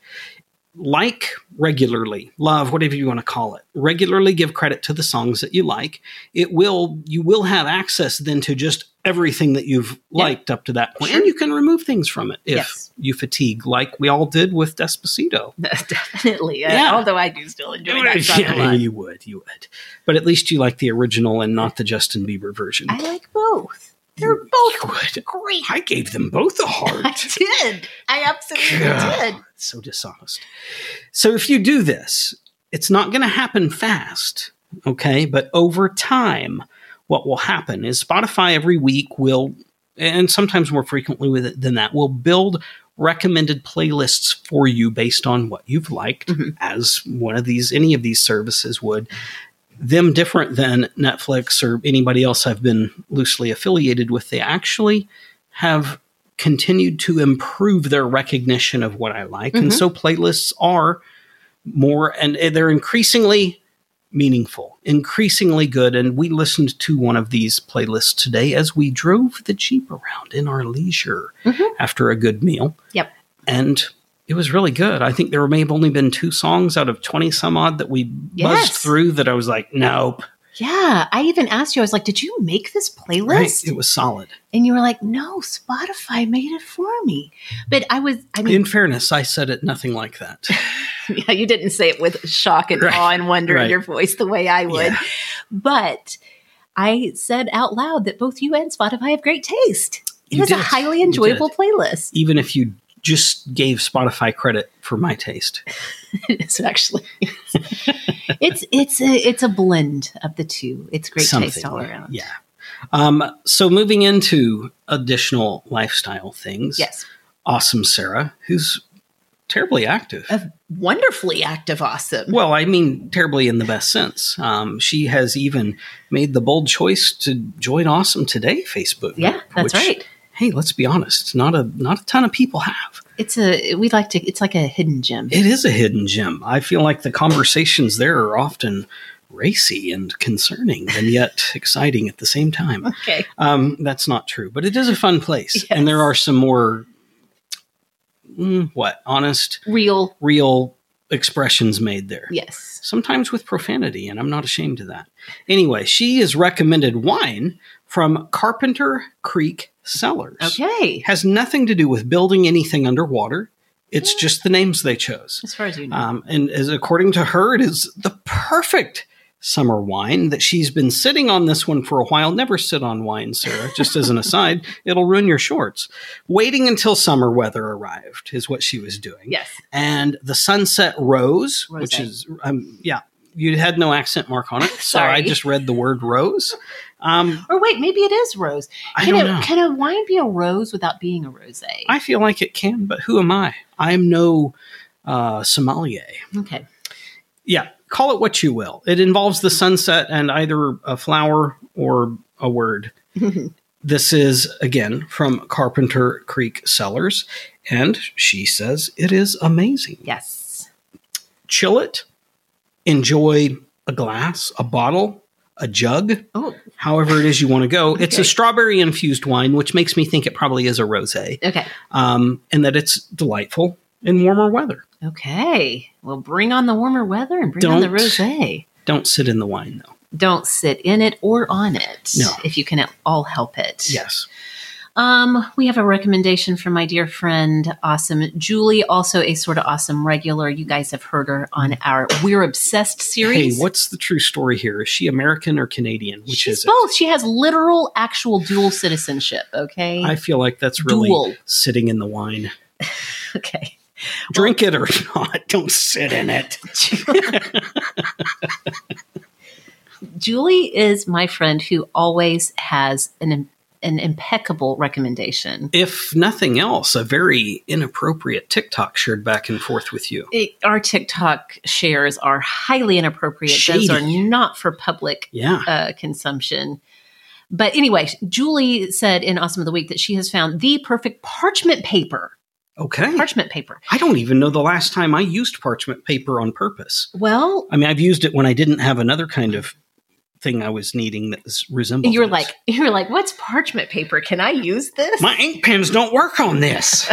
Speaker 2: Like regularly, love whatever you want to call it. Regularly give credit to the songs that you like. It will you will have access then to just everything that you've
Speaker 1: Yeah.
Speaker 2: liked up to that point,
Speaker 1: Sure.
Speaker 2: and you can remove things from it if
Speaker 1: Yes.
Speaker 2: you fatigue, like we all did with Despacito.
Speaker 1: Definitely. Uh,
Speaker 2: Yeah.
Speaker 1: Although I do still enjoy that song a
Speaker 2: Yeah,
Speaker 1: lot.
Speaker 2: you would, you would. But at least you like the original and not the Justin Bieber version.
Speaker 1: I like both. They're
Speaker 2: You-
Speaker 1: both
Speaker 2: you would. [laughs]
Speaker 1: great.
Speaker 2: I gave them both
Speaker 1: [laughs]
Speaker 2: a
Speaker 1: I
Speaker 2: heart.
Speaker 1: did. I absolutely
Speaker 2: God.
Speaker 1: did.
Speaker 2: It's so dishonest. So if you do this, it's not going to happen fast, okay? But over time, what will happen is Spotify every week will, and sometimes more frequently with it than that, will build recommended playlists for you based on what you've liked, as one of these, any of these services would. Them different than Netflix or anybody else I've been loosely affiliated with. They actually have continued to improve their recognition of what I like.
Speaker 1: Mm-hmm.
Speaker 2: And so playlists are more and they're increasingly meaningful, increasingly good. And we listened to one of these playlists today as we drove the Jeep around in our leisure after a good meal.
Speaker 1: Mm-hmm. Yep.
Speaker 2: And it was really good. I think there may have only been two songs out of 20 some odd that we buzzed
Speaker 1: Yes.
Speaker 2: through that I was like, nope.
Speaker 1: Yeah. I even asked you, I was like, did you make this
Speaker 2: Right?
Speaker 1: playlist?
Speaker 2: It was solid.
Speaker 1: And you were like, no, Spotify made it for me. But I was, I mean,
Speaker 2: In fairness, I said it nothing like that.
Speaker 1: [laughs] yeah, you didn't say it with shock and
Speaker 2: Right.
Speaker 1: awe and wonder
Speaker 2: Right.
Speaker 1: in your voice the way I would.
Speaker 2: Yeah.
Speaker 1: But I said out loud that both you and Spotify have great taste. It
Speaker 2: You
Speaker 1: was a
Speaker 2: did.
Speaker 1: highly
Speaker 2: You
Speaker 1: enjoyable playlist. [laughs]
Speaker 2: even if you just gave Spotify credit for my taste.
Speaker 1: It is actually. it's it's a it's a blend of the two. It's great taste all around.
Speaker 2: Yeah. Um, so moving into additional lifestyle things.
Speaker 1: Yes.
Speaker 2: Awesome Sarah, who's terribly active.
Speaker 1: A wonderfully active awesome.
Speaker 2: Well, I mean, terribly in the best sense. Um, she has even made the bold choice to join Awesome Today Facebook.
Speaker 1: yeah,
Speaker 2: group,
Speaker 1: that's
Speaker 2: which,
Speaker 1: right.
Speaker 2: Hey, let's be honest. Not a not a ton of people have.
Speaker 1: It's a we like to it's like a hidden gem.
Speaker 2: It is a hidden gem. I feel like the conversations there are often racy and concerning
Speaker 1: [laughs]
Speaker 2: and yet exciting at the same time.
Speaker 1: okay.
Speaker 2: Um, that's not true, but it is a fun place.
Speaker 1: Yes.
Speaker 2: And there are some more, mm, what, honest,
Speaker 1: Real
Speaker 2: real expressions made there.
Speaker 1: yes.
Speaker 2: Sometimes with profanity, and I'm not ashamed of that. Anyway, she is recommended wine from Carpenter Creek Cellars.
Speaker 1: Okay.
Speaker 2: Has nothing to do with building anything underwater. It's just the names they chose.
Speaker 1: As far as you know.
Speaker 2: Um, and as according to her, it is the perfect summer wine that she's been sitting on this one for a while. Never sit on wine, Sarah. Just
Speaker 1: [laughs]
Speaker 2: as an aside, it'll ruin your shorts. Waiting until summer weather arrived is what she was doing.
Speaker 1: Yes.
Speaker 2: And the sunset rose, which
Speaker 1: Rosé.
Speaker 2: is um, yeah, you had no accent mark on it, so
Speaker 1: Sorry.
Speaker 2: I just read the
Speaker 1: [laughs]
Speaker 2: word rose. Um,
Speaker 1: Or wait, maybe it is rose.
Speaker 2: I
Speaker 1: Can
Speaker 2: don't
Speaker 1: a,
Speaker 2: know.
Speaker 1: Can a wine be a rose without being a rose?
Speaker 2: I feel like it can, but who am I? I'm no uh, sommelier.
Speaker 1: okay.
Speaker 2: yeah, call it what you will. It involves the sunset and either a flower or a word. this is, again, from Carpenter Creek Cellars, and she says it is amazing.
Speaker 1: Yes.
Speaker 2: Chill it, enjoy a glass, a bottle, a jug,
Speaker 1: Oh,
Speaker 2: however it is you want to go. It's
Speaker 1: Okay.
Speaker 2: a strawberry infused wine, which makes me think it probably is a rose,
Speaker 1: okay.
Speaker 2: um, and that it's delightful in warmer weather.
Speaker 1: Okay. Well, bring on the warmer weather and bring on the
Speaker 2: Don't.
Speaker 1: rose.
Speaker 2: Don't sit in the wine, though.
Speaker 1: Don't sit in it or on it
Speaker 2: No.
Speaker 1: if you can at all help it.
Speaker 2: Yes.
Speaker 1: Um, we have a recommendation from my dear friend, awesome Julie, also a sort of awesome regular. You guys have heard her on our We're Obsessed series.
Speaker 2: Hey, what's the true story here? Is she American or Canadian? Which
Speaker 1: She's
Speaker 2: is it?
Speaker 1: both. She has literal, actual dual citizenship. Okay.
Speaker 2: I feel like that's really
Speaker 1: Dual.
Speaker 2: sitting in the wine.
Speaker 1: [laughs] okay.
Speaker 2: Drink it or [laughs] not, don't sit in it.
Speaker 1: [laughs] Julie is my friend who always has an an impeccable recommendation.
Speaker 2: If nothing else, a very inappropriate TikTok shared back and forth with you.
Speaker 1: It- our TikTok shares are highly inappropriate. Those
Speaker 2: Shady.
Speaker 1: are not for public
Speaker 2: Yeah.
Speaker 1: uh, consumption. But anyway, Julie said in Awesome of the Week that she has found the perfect parchment paper.
Speaker 2: Okay.
Speaker 1: Parchment paper.
Speaker 2: I don't even know the last time I used parchment paper on purpose.
Speaker 1: Well,
Speaker 2: I mean, I've used it when I didn't have another kind of thing I was needing that was resembled.
Speaker 1: you're
Speaker 2: this.
Speaker 1: like you're like, what's parchment paper? Can I use this?
Speaker 2: my ink pens don't work
Speaker 1: [laughs]
Speaker 2: on this.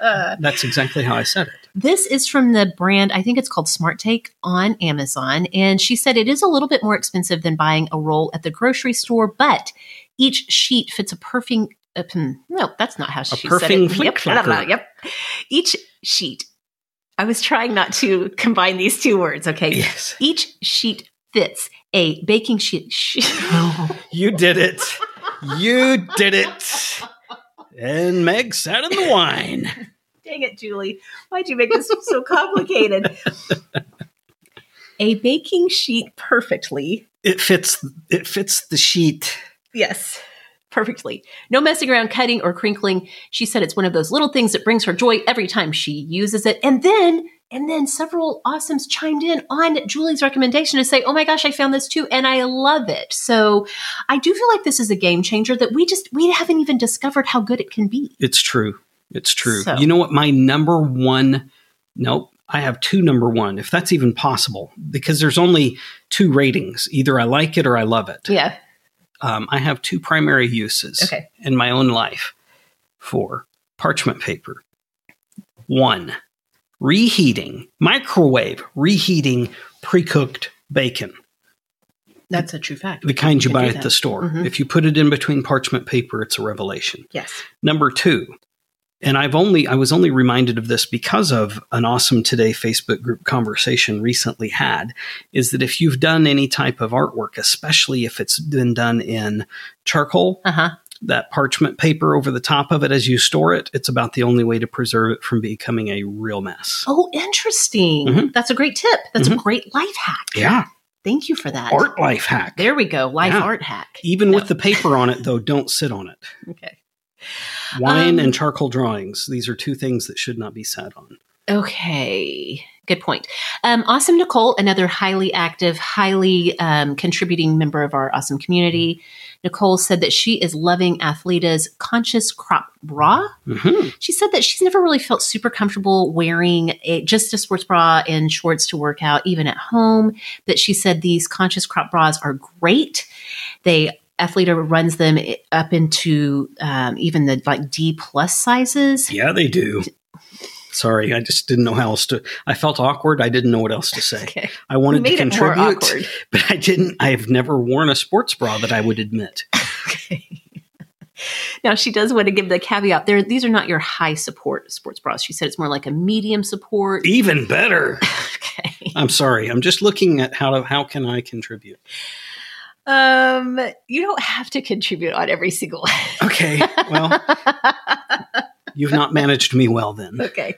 Speaker 2: That's exactly how I said it.
Speaker 1: This is from the brand, I think it's called Smart Take on Amazon. And she said it is a little bit more expensive than buying a roll at the grocery store, but each sheet fits a perfing. Uh, hmm, no, that's not how she said
Speaker 2: perfing
Speaker 1: it. yep,
Speaker 2: flick
Speaker 1: blah, blah,
Speaker 2: flacker.
Speaker 1: yep. Each sheet. I was trying not to combine these two words, okay?
Speaker 2: Yes.
Speaker 1: Each sheet fits a baking sheet. [laughs]
Speaker 2: You did it. You did it. And Meg sat in the wine.
Speaker 1: Dang it, Julie. Why'd you make this so complicated? a baking sheet perfectly
Speaker 2: It fits it fits the sheet.
Speaker 1: Yes, perfectly. No messing around cutting or crinkling. She said it's one of those little things that brings her joy every time she uses it. And then, and then several awesomes chimed in on Julie's recommendation to say, Oh my gosh, I found this too, and I love it. So I do feel like this is a game changer that we just, we haven't even discovered how good it can be.
Speaker 2: It's true. It's true.
Speaker 1: So-
Speaker 2: You know what my number one Nope. I have two number one, if that's even possible, because there's only two ratings. Either I like it or I love it.
Speaker 1: Yeah.
Speaker 2: Um, I have two primary uses
Speaker 1: Okay.
Speaker 2: in my own life for parchment paper. One, reheating, microwave reheating pre cooked bacon,
Speaker 1: That's a true fact.
Speaker 2: the kind you
Speaker 1: Can do
Speaker 2: buy at
Speaker 1: that.
Speaker 2: the store.
Speaker 1: Mhm.
Speaker 2: If you put it in between parchment paper, it's a revelation.
Speaker 1: Yes.
Speaker 2: Number two, and I've only I was only reminded of this because of an awesome today Facebook group conversation recently had, is that if you've done any type of artwork, especially if it's been done in charcoal,
Speaker 1: Uh huh.
Speaker 2: that parchment paper over the top of it as you store it, it's about the only way to preserve it from becoming a real mess.
Speaker 1: Oh, interesting.
Speaker 2: Mhm.
Speaker 1: That's a great tip. That's a
Speaker 2: Mhm.
Speaker 1: great life hack.
Speaker 2: Yeah,
Speaker 1: Thank you for that.
Speaker 2: art life hack.
Speaker 1: There we go. Life
Speaker 2: Yeah.
Speaker 1: art hack.
Speaker 2: Even
Speaker 1: No.
Speaker 2: with the paper on it, though, don't sit on it.
Speaker 1: Okay.
Speaker 2: Wine
Speaker 1: Um,
Speaker 2: and charcoal drawings; these are two things that should not be sat on.
Speaker 1: Okay, good point. Um, awesome Nicole, another highly active, highly um, contributing member of our awesome community. Nicole said that she is loving Athleta's conscious crop bra.
Speaker 2: hmm
Speaker 1: She said that she's never really felt super comfortable wearing a, just a sports bra and shorts to work out, even at home. But she said these conscious crop bras are great. They Athleta runs them i- up into um, even the like D plus sizes.
Speaker 2: Yeah, they do. Sorry, I just didn't know how else to. I felt awkward. I didn't know what else to
Speaker 1: [laughs]
Speaker 2: say.
Speaker 1: Okay.
Speaker 2: I wanted
Speaker 1: Made
Speaker 2: to
Speaker 1: it more
Speaker 2: contribute,
Speaker 1: awkward.
Speaker 2: [laughs] but I didn't. I've never worn a sports bra that I would admit.
Speaker 1: Now she does want to give the caveat there these are not your
Speaker 2: E-
Speaker 1: high support sports bras. She said it's more like a medium support.
Speaker 2: Even better.
Speaker 1: [laughs] Okay.
Speaker 2: I'm sorry. I'm just looking at how to, how can I contribute.
Speaker 1: Um, you don't have to contribute on every single.
Speaker 2: Okay. Well, you've not managed me well
Speaker 1: [laughs]
Speaker 2: then.
Speaker 1: okay.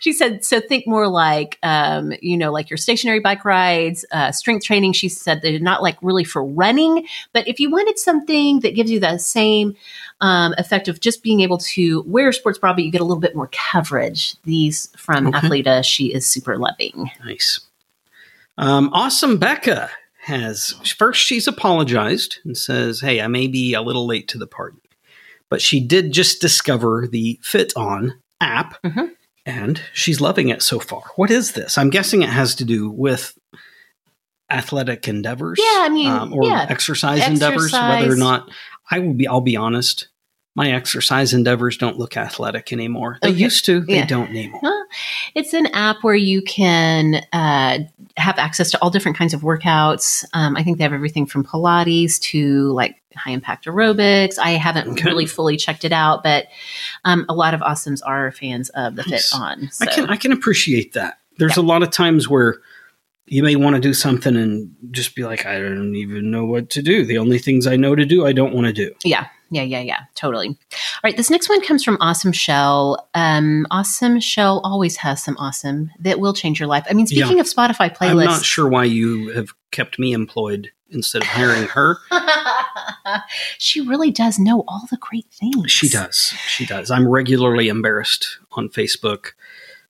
Speaker 1: She said, so think more like, um, you know, like your stationary bike rides, uh, strength training. She said they're not like really for running, but if you wanted something that gives you that same um, effect of just being able to wear a sports bra, but you get a little bit more coverage. These from
Speaker 2: Okay.
Speaker 1: Athleta. She is super loving.
Speaker 2: Nice. Um, awesome Becca has first she's apologized and says, Hey, I may be a little late to the party. But she did just discover the Fit On app
Speaker 1: Mhm.
Speaker 2: and she's loving it so far. What is this? I'm guessing it has to do with athletic endeavors. um,
Speaker 1: Yeah, I mean,
Speaker 2: or
Speaker 1: yeah.
Speaker 2: exercise endeavors, whether or
Speaker 1: Exercise.
Speaker 2: not I will be I'll be honest. My exercise endeavors don't look athletic anymore. They
Speaker 1: Okay.
Speaker 2: used to, they
Speaker 1: Yeah.
Speaker 2: don't anymore.
Speaker 1: It's an app where you can uh, have access to all different kinds of workouts. Um, I think they have everything from Pilates to like high impact aerobics. I haven't
Speaker 2: Okay.
Speaker 1: really fully checked it out, but um, a lot of awesomes are fans of the
Speaker 2: Nice.
Speaker 1: Fit On. So.
Speaker 2: I can I can appreciate that. There's a lot of times where you may want to do something and just be like, I don't even know what to do. The only things I know to do, I don't want to do.
Speaker 1: Yeah, yeah, yeah, yeah, totally. All right, this next one comes from Awesome Shell. Um, awesome Shell always has some awesome that will change your life. I mean,
Speaker 2: Yeah.
Speaker 1: speaking of Spotify
Speaker 2: I'm not
Speaker 1: playlists,
Speaker 2: sure why you have kept me employed instead of hiring her.
Speaker 1: [laughs] she really does know all the great things.
Speaker 2: She does. She does. I'm regularly embarrassed on Facebook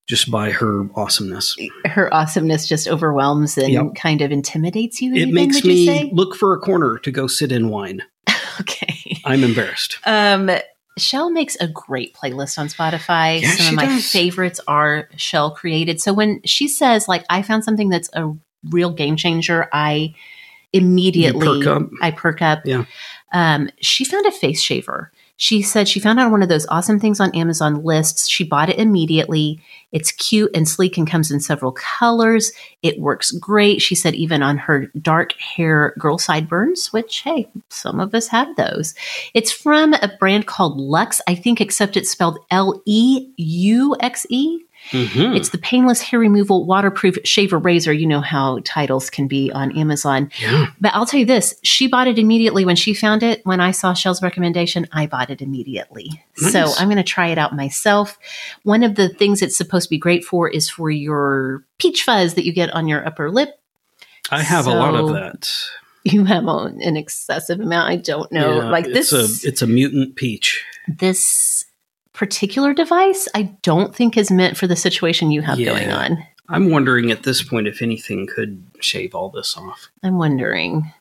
Speaker 2: just by her awesomeness.
Speaker 1: her awesomeness just overwhelms and
Speaker 2: Yep.
Speaker 1: kind of intimidates you.
Speaker 2: It
Speaker 1: even,
Speaker 2: makes
Speaker 1: would you
Speaker 2: me
Speaker 1: say?
Speaker 2: look for a corner to go sit in wine.
Speaker 1: okay.
Speaker 2: I'm embarrassed.
Speaker 1: Um, Shell makes a great playlist on Spotify.
Speaker 2: Yeah,
Speaker 1: Some
Speaker 2: she
Speaker 1: of my
Speaker 2: does.
Speaker 1: favorites are Shell created. So when she says, like, I found something that's a real game changer, I immediately
Speaker 2: You perk up.
Speaker 1: I perk up.
Speaker 2: Yeah.
Speaker 1: Um, she found a face shaver. She said she found it on one of those awesome things on Amazon lists. She bought it immediately. It's cute and sleek and comes in several colors. It works great. She said even on her dark hair girl sideburns, which hey, some of us have those. It's from a brand called Lux, I think, except it's spelled L E U X E.
Speaker 2: Mhm.
Speaker 1: It's the painless hair removal waterproof shaver razor. You know how titles can be on Amazon.
Speaker 2: Yeah.
Speaker 1: But I'll tell you this she bought it immediately when she found it. When I saw Shell's recommendation, I bought it immediately. So
Speaker 2: Nice.
Speaker 1: I'm going to try it out myself. One of the things it's supposed to be great for is for your peach fuzz that you get on your upper lip. [laughs]
Speaker 2: I have a lot
Speaker 1: So-
Speaker 2: of that.
Speaker 1: You have on an excessive amount. I don't know.
Speaker 2: Yeah,
Speaker 1: like this,
Speaker 2: It's a, it's a mutant peach.
Speaker 1: this particular device, I don't think is meant for the situation you have
Speaker 2: Yeah.
Speaker 1: going on.
Speaker 2: I'm wondering at this point if anything could shave all this off.
Speaker 1: I'm wondering.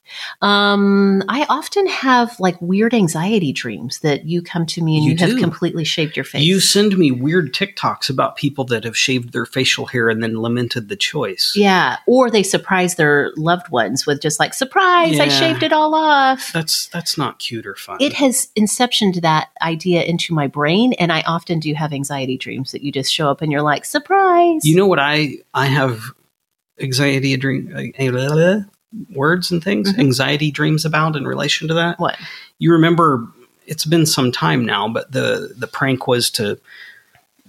Speaker 1: Um, I often have like weird anxiety dreams that you come to me and
Speaker 2: You
Speaker 1: you, have
Speaker 2: do.
Speaker 1: completely shaved your face.
Speaker 2: You send me weird TikToks about people that have shaved their facial hair and then lamented the choice.
Speaker 1: yeah, or they surprise their loved ones with just like surprise, I
Speaker 2: Yeah.
Speaker 1: shaved it all off.
Speaker 2: That's that's not cute or fun.
Speaker 1: It has inceptioned that idea into my brain, and I often do have anxiety dreams that you just show up and you're like surprise.
Speaker 2: you know what I I have anxiety dream eh, blah, blah, words and things
Speaker 1: Mhm.
Speaker 2: anxiety dreams about in relation to that.
Speaker 1: what?
Speaker 2: You remember it's been some time now, but the the prank was to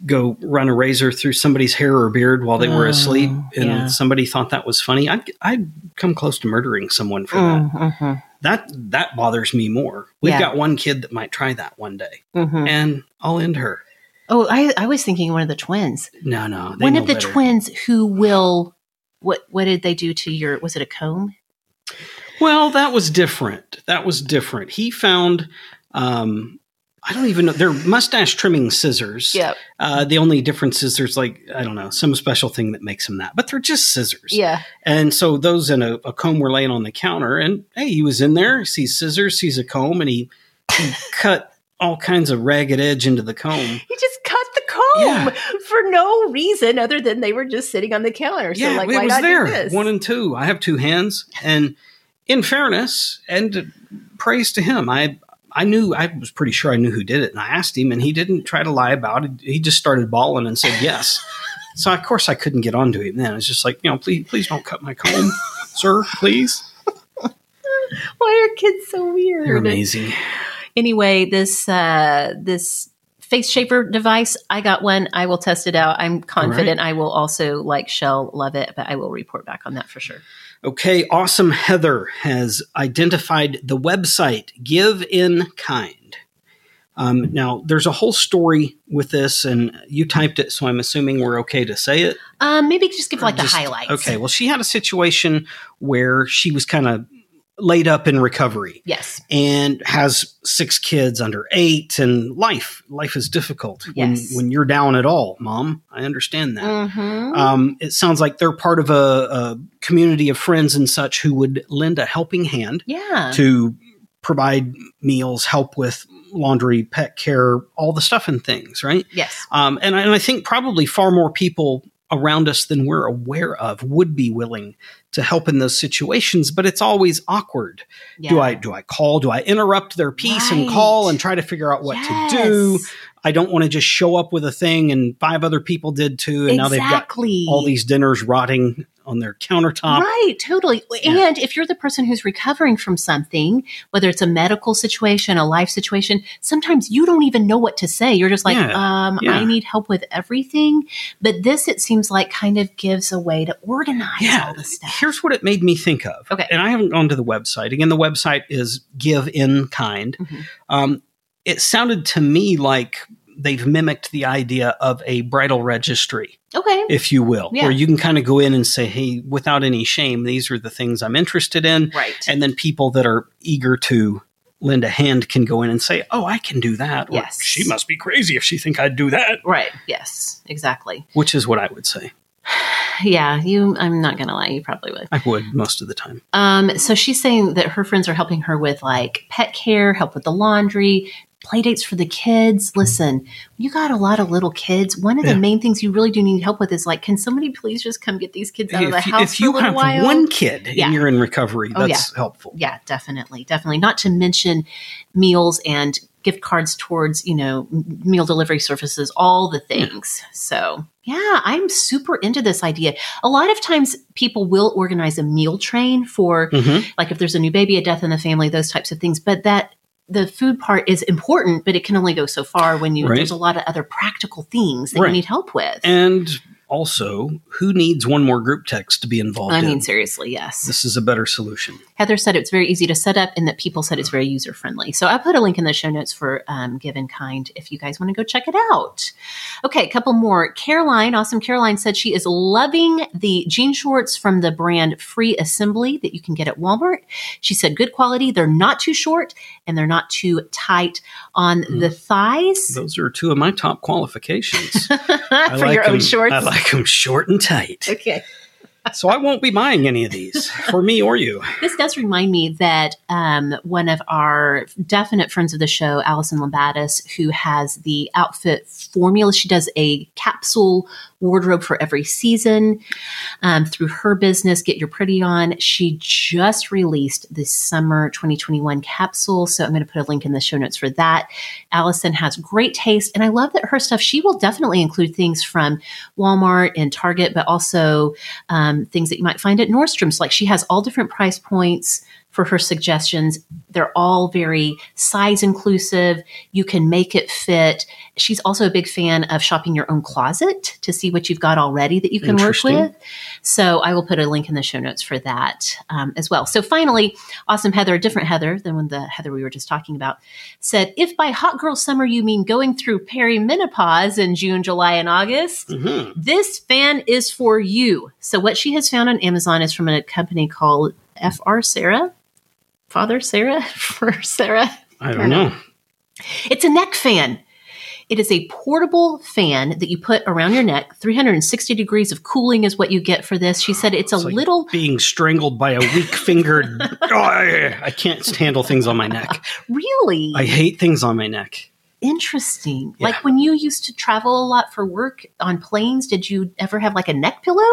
Speaker 2: go run a razor through somebody's hair or beard while they were
Speaker 1: Oh,
Speaker 2: asleep, and
Speaker 1: yeah.
Speaker 2: somebody thought that was funny. I'd, I'd come close to murdering someone for that.
Speaker 1: Mm, mhm,
Speaker 2: that that bothers me more. We've
Speaker 1: Yeah.
Speaker 2: got one kid that might try that one day,
Speaker 1: mhm.
Speaker 2: and I'll end her.
Speaker 1: Oh, I, I was thinking one of the twins.
Speaker 2: No, no, they
Speaker 1: one
Speaker 2: know
Speaker 1: of the
Speaker 2: better.
Speaker 1: twins who will what what did they do to your was it a comb
Speaker 2: Well, that was different. That was different. He found, um, I don't even know. They're mustache trimming scissors. Uh, the only difference is there's like I don't know some special thing that makes them that, but they're just scissors.
Speaker 1: yeah
Speaker 2: And so those in a, a comb were laying on the counter, and hey, he was in there, sees scissors, sees a comb, and he, he [laughs] cut all kinds of ragged edge into the comb.
Speaker 1: he just cut the comb
Speaker 2: Yeah.
Speaker 1: for no reason other than they were just sitting on the counter so like
Speaker 2: it
Speaker 1: why
Speaker 2: was
Speaker 1: not
Speaker 2: there.
Speaker 1: do this
Speaker 2: One and two. I have two hands, and in fairness and praise to him, I I knew I was pretty sure I knew who did it, and I asked him, and he didn't try to lie about it. He just started bawling and said yes. so of course I couldn't get onto him. Then I was just like, you know, please, please don't cut
Speaker 1: [laughs]
Speaker 2: my comb, sir. Please.
Speaker 1: why are kids so weird
Speaker 2: They're amazing.
Speaker 1: anyway this uh this face shaper device. I got one. I will test it out. I'm confident I will also like Shell, love it, but I will report back on that for sure.
Speaker 2: Okay, awesome. Heather has identified the website Give in Kind. Um, now, there's a whole story with this, and you typed it, so I'm assuming we're okay to say it.
Speaker 1: Um, maybe just give like
Speaker 2: Just-
Speaker 1: the highlights.
Speaker 2: Okay, well, she had a situation where she was kind of laid up in recovery
Speaker 1: Yes.
Speaker 2: and has six kids under eight, and life life is difficult when,
Speaker 1: Yes.
Speaker 2: when you're down at all, Mom. I understand that.
Speaker 1: Mm-hmm.
Speaker 2: Um, it sounds like they're part of a, a community of friends and such who would lend a helping hand
Speaker 1: yeah.
Speaker 2: to provide meals, help with laundry, pet care, all the stuff and things, right?
Speaker 1: yes.
Speaker 2: Um, and, I- and I think probably far more people around us than we're aware of would be willing to help in those situations, but it's always awkward.
Speaker 1: Yeah.
Speaker 2: Do I do I call? Do I interrupt their piece and
Speaker 1: Right.
Speaker 2: call and try to figure out what to do?
Speaker 1: Yes.
Speaker 2: I don't want to just show up with a thing and five other people did too, and now they've got
Speaker 1: Exactly.
Speaker 2: all these dinners rotting on their countertop.
Speaker 1: Right, totally.
Speaker 2: Um, Yeah.
Speaker 1: And if you're the person who's recovering from something, whether it's a medical situation, a life situation, sometimes you don't even know what to say. You're just like,
Speaker 2: Yeah,
Speaker 1: um,
Speaker 2: yeah.
Speaker 1: I need help with everything. But this, it seems like, kind of gives a way to organize
Speaker 2: Yeah.
Speaker 1: all this stuff.
Speaker 2: Here's what it made me think of.
Speaker 1: Okay.
Speaker 2: And I haven't gone to the website. Again, the website is Give In Kind.
Speaker 1: Mhm.
Speaker 2: Um, it sounded to me like they've mimicked the idea of a bridal registry,
Speaker 1: Okay.
Speaker 2: if you will,
Speaker 1: Yeah.
Speaker 2: where you can kind of go in and say, hey, without any shame, these are the things I'm interested in.
Speaker 1: right.
Speaker 2: And then people that are eager to lend a hand can go in and say, oh, I can do that. Or,
Speaker 1: Yes.
Speaker 2: She must be crazy if she think I'd do that,
Speaker 1: right. Yes. Exactly.
Speaker 2: which is what I would say.
Speaker 1: Yeah. You. I'm not gonna lie. You probably would.
Speaker 2: I would most of the time.
Speaker 1: Um, so she's saying that her friends are helping her with like pet care, help with the laundry, play dates for the kids. Listen, you got a lot of little kids. One of
Speaker 2: Yeah.
Speaker 1: the main things you really do need help with is like, can somebody please just come get these kids out of the
Speaker 2: if, you-
Speaker 1: house
Speaker 2: if you
Speaker 1: for a little
Speaker 2: have
Speaker 1: while?
Speaker 2: one kid
Speaker 1: Yeah.
Speaker 2: and you're in recovery,
Speaker 1: Oh,
Speaker 2: that's helpful.
Speaker 1: yeah, definitely, definitely. Not to mention meals and gift cards towards you know m- meal delivery services, all the things. So yeah, I'm super into this idea. A lot of times, people will organize a meal train for
Speaker 2: Mhm.
Speaker 1: like if there's a new baby, a death in the family, those types of things. But that the food part is important, but it can only go so far when you
Speaker 2: Right.
Speaker 1: there's a lot of other practical things that
Speaker 2: Right.
Speaker 1: you need help with.
Speaker 2: And also, who needs one more group text to be involved
Speaker 1: I
Speaker 2: in?
Speaker 1: mean, seriously, yes.
Speaker 2: This is a better solution.
Speaker 1: Heather said it's very easy to set up, and that people said it's very user friendly. So I put a link in the show notes for um, Give in Kind if you guys want to go check it out. Okay, a couple more. Caroline, awesome Caroline said she is loving the jean shorts from the brand Free Assembly that you can get at Walmart. She said good quality. They're not too short and they're not too tight on
Speaker 2: Mm-hmm.
Speaker 1: the thighs.
Speaker 2: Those are two of my top qualifications. I
Speaker 1: [laughs] for
Speaker 2: like
Speaker 1: your own
Speaker 2: them-
Speaker 1: shorts.
Speaker 2: I like them short and tight.
Speaker 1: [laughs] okay.
Speaker 2: so I won't be buying any of these for me or you.
Speaker 1: This does remind me that um, one of our definite friends of the show, Allison Lambatis, who has the outfit formula, she does a capsule wardrobe for every season um, through her business, Get Your Pretty On. She just released the summer 2021 capsule. So I'm going to put a link in the show notes for that. Allison has great taste. And I love that her stuff, she will definitely include things from Walmart and Target, but also um, things that you might find at Nordstrom's. Like she has all different price points for her suggestions. They're all very size inclusive. You can make it fit. She's also a big fan of shopping your own closet to see what you've got already that you can work
Speaker 2: Interesting.
Speaker 1: with. So I will put a link in the show notes for that um, as well. So finally, awesome Heather, different Heather than when the Heather we were just talking about said, if by hot girl summer you mean going through perimenopause in June, July, and August,
Speaker 2: Mhm.
Speaker 1: this fan is for you. So what she has found on Amazon is from a company called FR Sarah. Father Sarah [laughs] for Sarah.
Speaker 2: I don't know.
Speaker 1: It's a neck fan. It is a portable fan that you put around your neck. 360 degrees of cooling is what you get for this. She said it's a
Speaker 2: It's like
Speaker 1: little
Speaker 2: being strangled by a
Speaker 1: [laughs]
Speaker 2: weak fingered. I can't handle things on my neck.
Speaker 1: really
Speaker 2: I hate things on my neck.
Speaker 1: interesting.
Speaker 2: Yeah.
Speaker 1: Like when you used to travel a lot for work on planes, did you ever have like a neck pillow?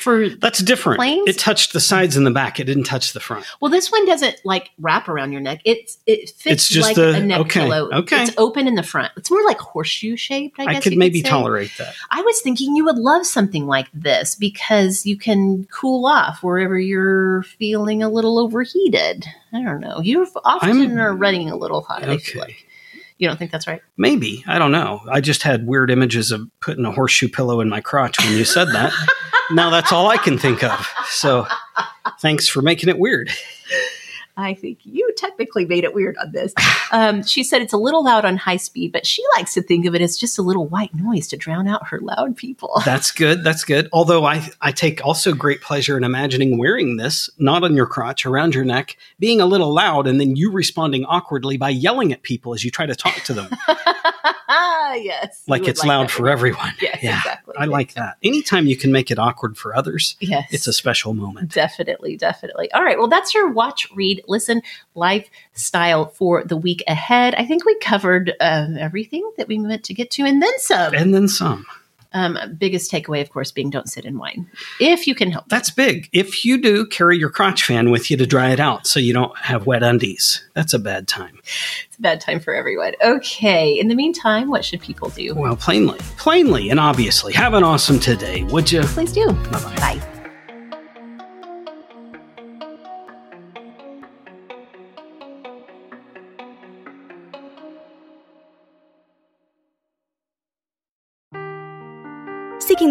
Speaker 1: For
Speaker 2: That's different.
Speaker 1: Planes?
Speaker 2: It touched the sides and the back. It didn't touch the front.
Speaker 1: well, this one doesn't like wrap around your neck. It's it fits
Speaker 2: It's just
Speaker 1: like
Speaker 2: the-
Speaker 1: a neck
Speaker 2: okay,
Speaker 1: pillow.
Speaker 2: okay.
Speaker 1: it's open in the front. It's more like horseshoe shaped. I,
Speaker 2: I,
Speaker 1: guess
Speaker 2: could
Speaker 1: you
Speaker 2: maybe
Speaker 1: say.
Speaker 2: tolerate that.
Speaker 1: I was thinking you would love something like this because you can cool off wherever you're feeling a little overheated. I don't know. You often
Speaker 2: I'm-
Speaker 1: are running a little hot. I feel
Speaker 2: Okay.
Speaker 1: like You don't think that's right?
Speaker 2: Maybe. I don't know. I just had weird images of putting a horseshoe pillow in my crotch when you said
Speaker 1: [laughs]
Speaker 2: that. now that's all I can think of. So thanks for making it weird.
Speaker 1: I think you technically made it weird on this. Um, she said it's a little loud on high speed, but she likes to think of it as just a little white noise to drown out her loud people. [laughs]
Speaker 2: That's good. That's good. Although I, I take also great pleasure in imagining wearing this, not on your crotch, around your neck, being a little loud, and then you responding awkwardly by yelling at people as you try to talk to
Speaker 1: [laughs]
Speaker 2: them.
Speaker 1: yes. you
Speaker 2: like
Speaker 1: would
Speaker 2: it's loud
Speaker 1: that.
Speaker 2: for everyone.
Speaker 1: Yes,
Speaker 2: yeah,
Speaker 1: exactly.
Speaker 2: I like that. Anytime you can make it awkward for others,
Speaker 1: Yes.
Speaker 2: it's a special moment.
Speaker 1: Definitely, definitely. All right. Well, that's your watch, read, listen lifestyle for the week ahead. I think we covered um, everything that we meant to get to and then some.
Speaker 2: And then some.
Speaker 1: Um, biggest takeaway, of course, being don't sit and whine if you can help.
Speaker 2: That's big. If you do, carry your crotch fan with you to dry it out so you don't have wet undies. That's a bad time.
Speaker 1: It's a bad time for everyone. Okay. In the meantime, what should people do?
Speaker 2: Well, plainly, plainly, and obviously, have an awesome today, would you?
Speaker 1: Please do.
Speaker 2: Bye-bye.
Speaker 1: Bye.
Speaker 3: Seeking